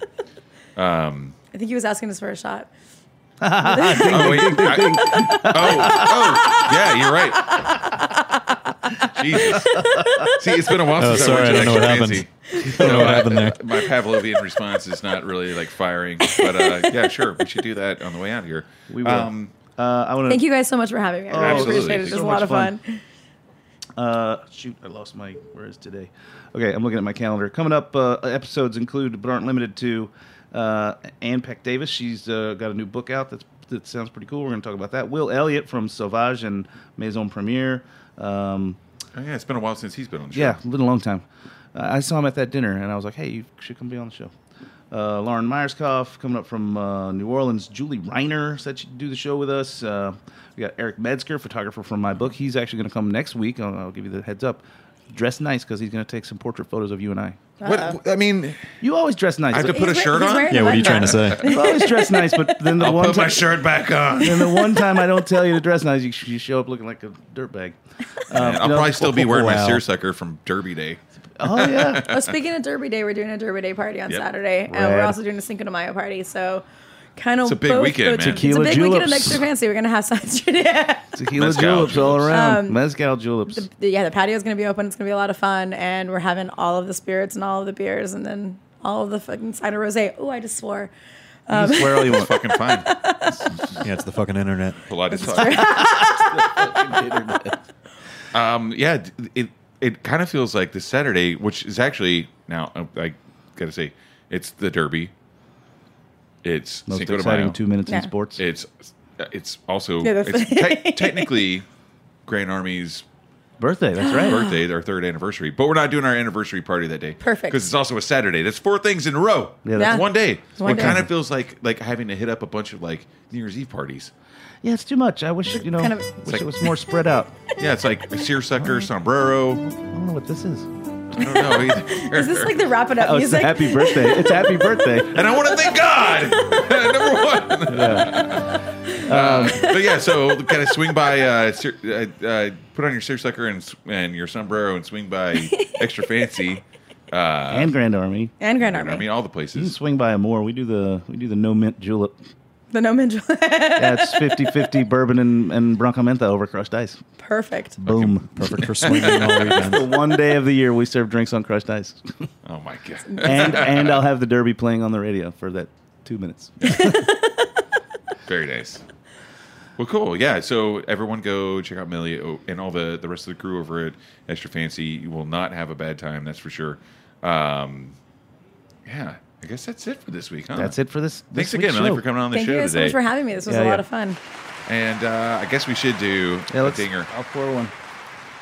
Speaker 7: I think he was asking us for a shot.
Speaker 5: Oh, wait, I- oh, oh, yeah, you're right. Oh, Jesus. See, it's been a while
Speaker 8: Oh,
Speaker 5: since
Speaker 8: sorry,
Speaker 5: I
Speaker 8: I don't
Speaker 5: watched
Speaker 8: know what
Speaker 5: Extra
Speaker 8: happened.
Speaker 5: Fancy.
Speaker 8: don't know
Speaker 5: No,
Speaker 8: what
Speaker 5: I-
Speaker 8: happened there.
Speaker 5: My Pavlovian response is not really like firing, but uh, yeah, sure, we should do that on the way out here.
Speaker 6: We will.
Speaker 5: Um,
Speaker 6: Uh, I want to
Speaker 7: Thank you guys so much for having me. I really
Speaker 5: Absolutely.
Speaker 7: appreciate it. It was
Speaker 5: So
Speaker 7: a
Speaker 6: much
Speaker 7: lot of
Speaker 6: fun.
Speaker 7: fun.
Speaker 6: Uh, shoot, I lost my. Where is today? Okay, I'm looking at my calendar. Coming up, uh, episodes include, but aren't limited to, uh, Ann Peck Davis. She's uh, got a new book out that's, that sounds pretty cool. We're going to talk about that. Will Elliott from Sauvage and Maison Premiere. Um,
Speaker 5: Oh, yeah, it's been a while since he's been on the show.
Speaker 6: yeah, it's been a long time. Uh, I saw him at that dinner, and I was like, "Hey, you should come be on the show." Uh, Lauren Myerscough coming up from uh, New Orleans. Julie Reiner said she'd do the show with us. Uh, we got Eric Metzger, photographer from my book. He's actually going to come next week. I'll, I'll give you the heads up. Dress nice because he's going to take some portrait photos of you and I.
Speaker 5: What, I mean,
Speaker 6: You always dress nice.
Speaker 5: I have to put a
Speaker 7: He's
Speaker 5: shirt
Speaker 7: wearing- he's
Speaker 5: on.
Speaker 7: wearing-
Speaker 8: Yeah, what are you trying to say?
Speaker 6: you always dress nice, but then the
Speaker 5: I'll
Speaker 6: one
Speaker 5: put my
Speaker 6: time-
Speaker 5: shirt back on.
Speaker 6: and the one time I don't tell you to dress nice, you, you show up looking like a dirtbag. Um,
Speaker 5: I'll
Speaker 6: you know-
Speaker 5: probably still be wearing my
Speaker 8: Wow.
Speaker 5: seersucker from Derby Day.
Speaker 6: Oh yeah.
Speaker 7: Oh, speaking of Derby Day, we're doing a Derby Day party on
Speaker 5: Yep.
Speaker 7: Saturday, and
Speaker 6: Rad.
Speaker 7: we're also doing a Cinco de Mayo party. So, kind of
Speaker 5: It's a big
Speaker 7: both
Speaker 5: weekend,
Speaker 7: go-
Speaker 5: man.
Speaker 7: It's a
Speaker 6: Tequila
Speaker 7: big weekend
Speaker 6: juleps.
Speaker 7: at Extra Fancy. We're gonna have Saturday. yeah,
Speaker 6: Tequila
Speaker 5: Mezcal
Speaker 6: juleps, all
Speaker 5: juleps.
Speaker 6: around. Mezcal juleps.
Speaker 7: the patio's gonna be open. It's gonna be a lot of fun, and we're having all of the spirits and all of the beers, and then all of the fucking cider rosé. Oh, I just swore. Um,
Speaker 6: you can swear all you want.
Speaker 5: Fucking fine.
Speaker 8: Yeah, it's the fucking internet.
Speaker 5: Well, I just thought- um, yeah, d- it it kind of feels like this Saturday, which is actually now um, I, I gotta say, it's the Derby. It's
Speaker 6: Most
Speaker 5: Cinco de
Speaker 6: exciting
Speaker 5: Mayo.
Speaker 6: two minutes
Speaker 7: Yeah.
Speaker 6: in sports.
Speaker 5: It's uh, it's also
Speaker 7: Yeah, that's-
Speaker 5: it's te- technically Grand Army's
Speaker 6: Birthday, that's right.
Speaker 5: birthday, our third anniversary, but we're not doing our anniversary party that day.
Speaker 7: Perfect.
Speaker 5: because it's also a Saturday. That's four things in a row.
Speaker 6: Yeah,
Speaker 7: that's-
Speaker 5: That's one day.
Speaker 7: one
Speaker 5: it
Speaker 7: day.
Speaker 5: kind of feels like like having to hit up a bunch of like New Year's Eve parties.
Speaker 6: yeah, it's too much. I wish you know,
Speaker 7: kind of-
Speaker 6: wish it was more spread out.
Speaker 5: Yeah, it's like seersucker, sombrero.
Speaker 6: I don't know what this is.
Speaker 5: I don't know either.
Speaker 7: Is this like the wrap it up
Speaker 6: Oh, it's
Speaker 7: music?
Speaker 6: happy birthday. It's happy birthday.
Speaker 5: and I want to thank God. Number one. Um, but yeah, so kind of swing by, uh, ser- uh, uh, put on your seersucker and s- and your sombrero and swing by extra fancy. Uh,
Speaker 6: and Grand Army.
Speaker 7: and Grand
Speaker 5: I
Speaker 7: Army.
Speaker 5: mean, all the
Speaker 6: You can
Speaker 5: places.
Speaker 6: swing by a more. We do the we do the no mint julep.
Speaker 7: The no mint.
Speaker 6: That's 50-50 bourbon and, and Bronco Menta over crushed ice.
Speaker 7: Perfect.
Speaker 6: Boom.
Speaker 8: Perfect for swinging all weekend.
Speaker 6: The one day of the year we serve drinks on crushed ice,
Speaker 5: Oh my god,
Speaker 6: and and I'll have the Derby playing on the radio for that two minutes.
Speaker 5: very nice. Well, cool. Yeah. So everyone go check out Millie o- and all the, the rest of the crew over at Extra Fancy. You will not have a bad time, that's for sure. Um, yeah. I guess that's it for this week, huh?
Speaker 6: That's it for this. this
Speaker 5: Thanks again,
Speaker 6: week's
Speaker 5: Millie,
Speaker 6: show.
Speaker 5: for coming on the
Speaker 7: Thank
Speaker 5: show
Speaker 7: you guys so
Speaker 5: today.
Speaker 7: much for having me. This was
Speaker 6: Yeah,
Speaker 7: a
Speaker 6: yeah.
Speaker 7: lot of fun.
Speaker 5: And uh, I guess we should do
Speaker 6: Yeah,
Speaker 5: a
Speaker 6: let's,
Speaker 5: dinger.
Speaker 6: I'll pour one.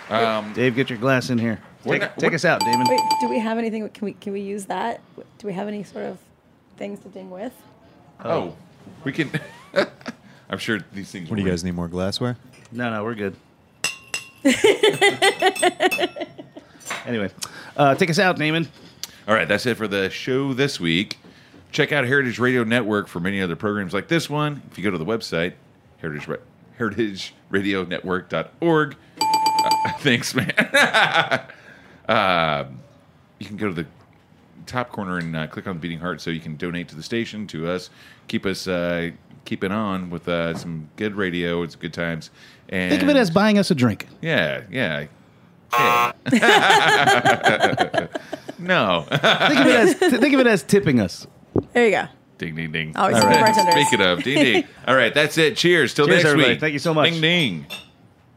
Speaker 5: Um,
Speaker 6: Dave, get your glass in here.
Speaker 5: We're
Speaker 6: Take,
Speaker 5: not-
Speaker 6: take
Speaker 5: we're-
Speaker 6: us out, Damon.
Speaker 7: Wait, do we have anything? Can we can we use that? Do we have any sort of things to ding with?
Speaker 5: oh, we can. I'm sure these things.
Speaker 8: What do you guys need more glassware?
Speaker 6: No, no, we're good. anyway, uh, take us out, Naaman.
Speaker 5: All right, that's it for the show this week. Check out Heritage Radio Network for many other programs like this one. If you go to the website, heritage Ra- heritageradionetwork.org. Uh, thanks, man. Um you can go to the top corner and uh, click on the beating heart so you can donate to the station to us keep us uh, keeping on with uh, some good radio and some good times and
Speaker 6: Think of it as buying us a drink.
Speaker 5: yeah yeah Yeah. no
Speaker 6: Think of it as think of it as tipping us.
Speaker 7: There you go.
Speaker 5: ding ding ding
Speaker 7: Always
Speaker 5: All
Speaker 7: the bartenders.
Speaker 5: speaking of ding ding all right that's it cheers till
Speaker 6: Cheers,
Speaker 5: next
Speaker 6: everybody.
Speaker 5: week
Speaker 6: Thank you so much.
Speaker 5: ding ding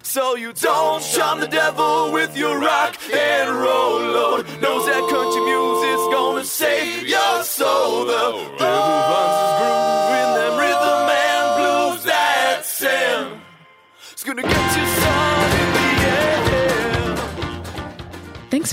Speaker 4: So you don't charm the devil with your rock and roll load. Knows that country music's gonna save your soul. The devil runs his groove in them rhythm and blues that sound. It's gonna get you some in the end.
Speaker 3: Thanks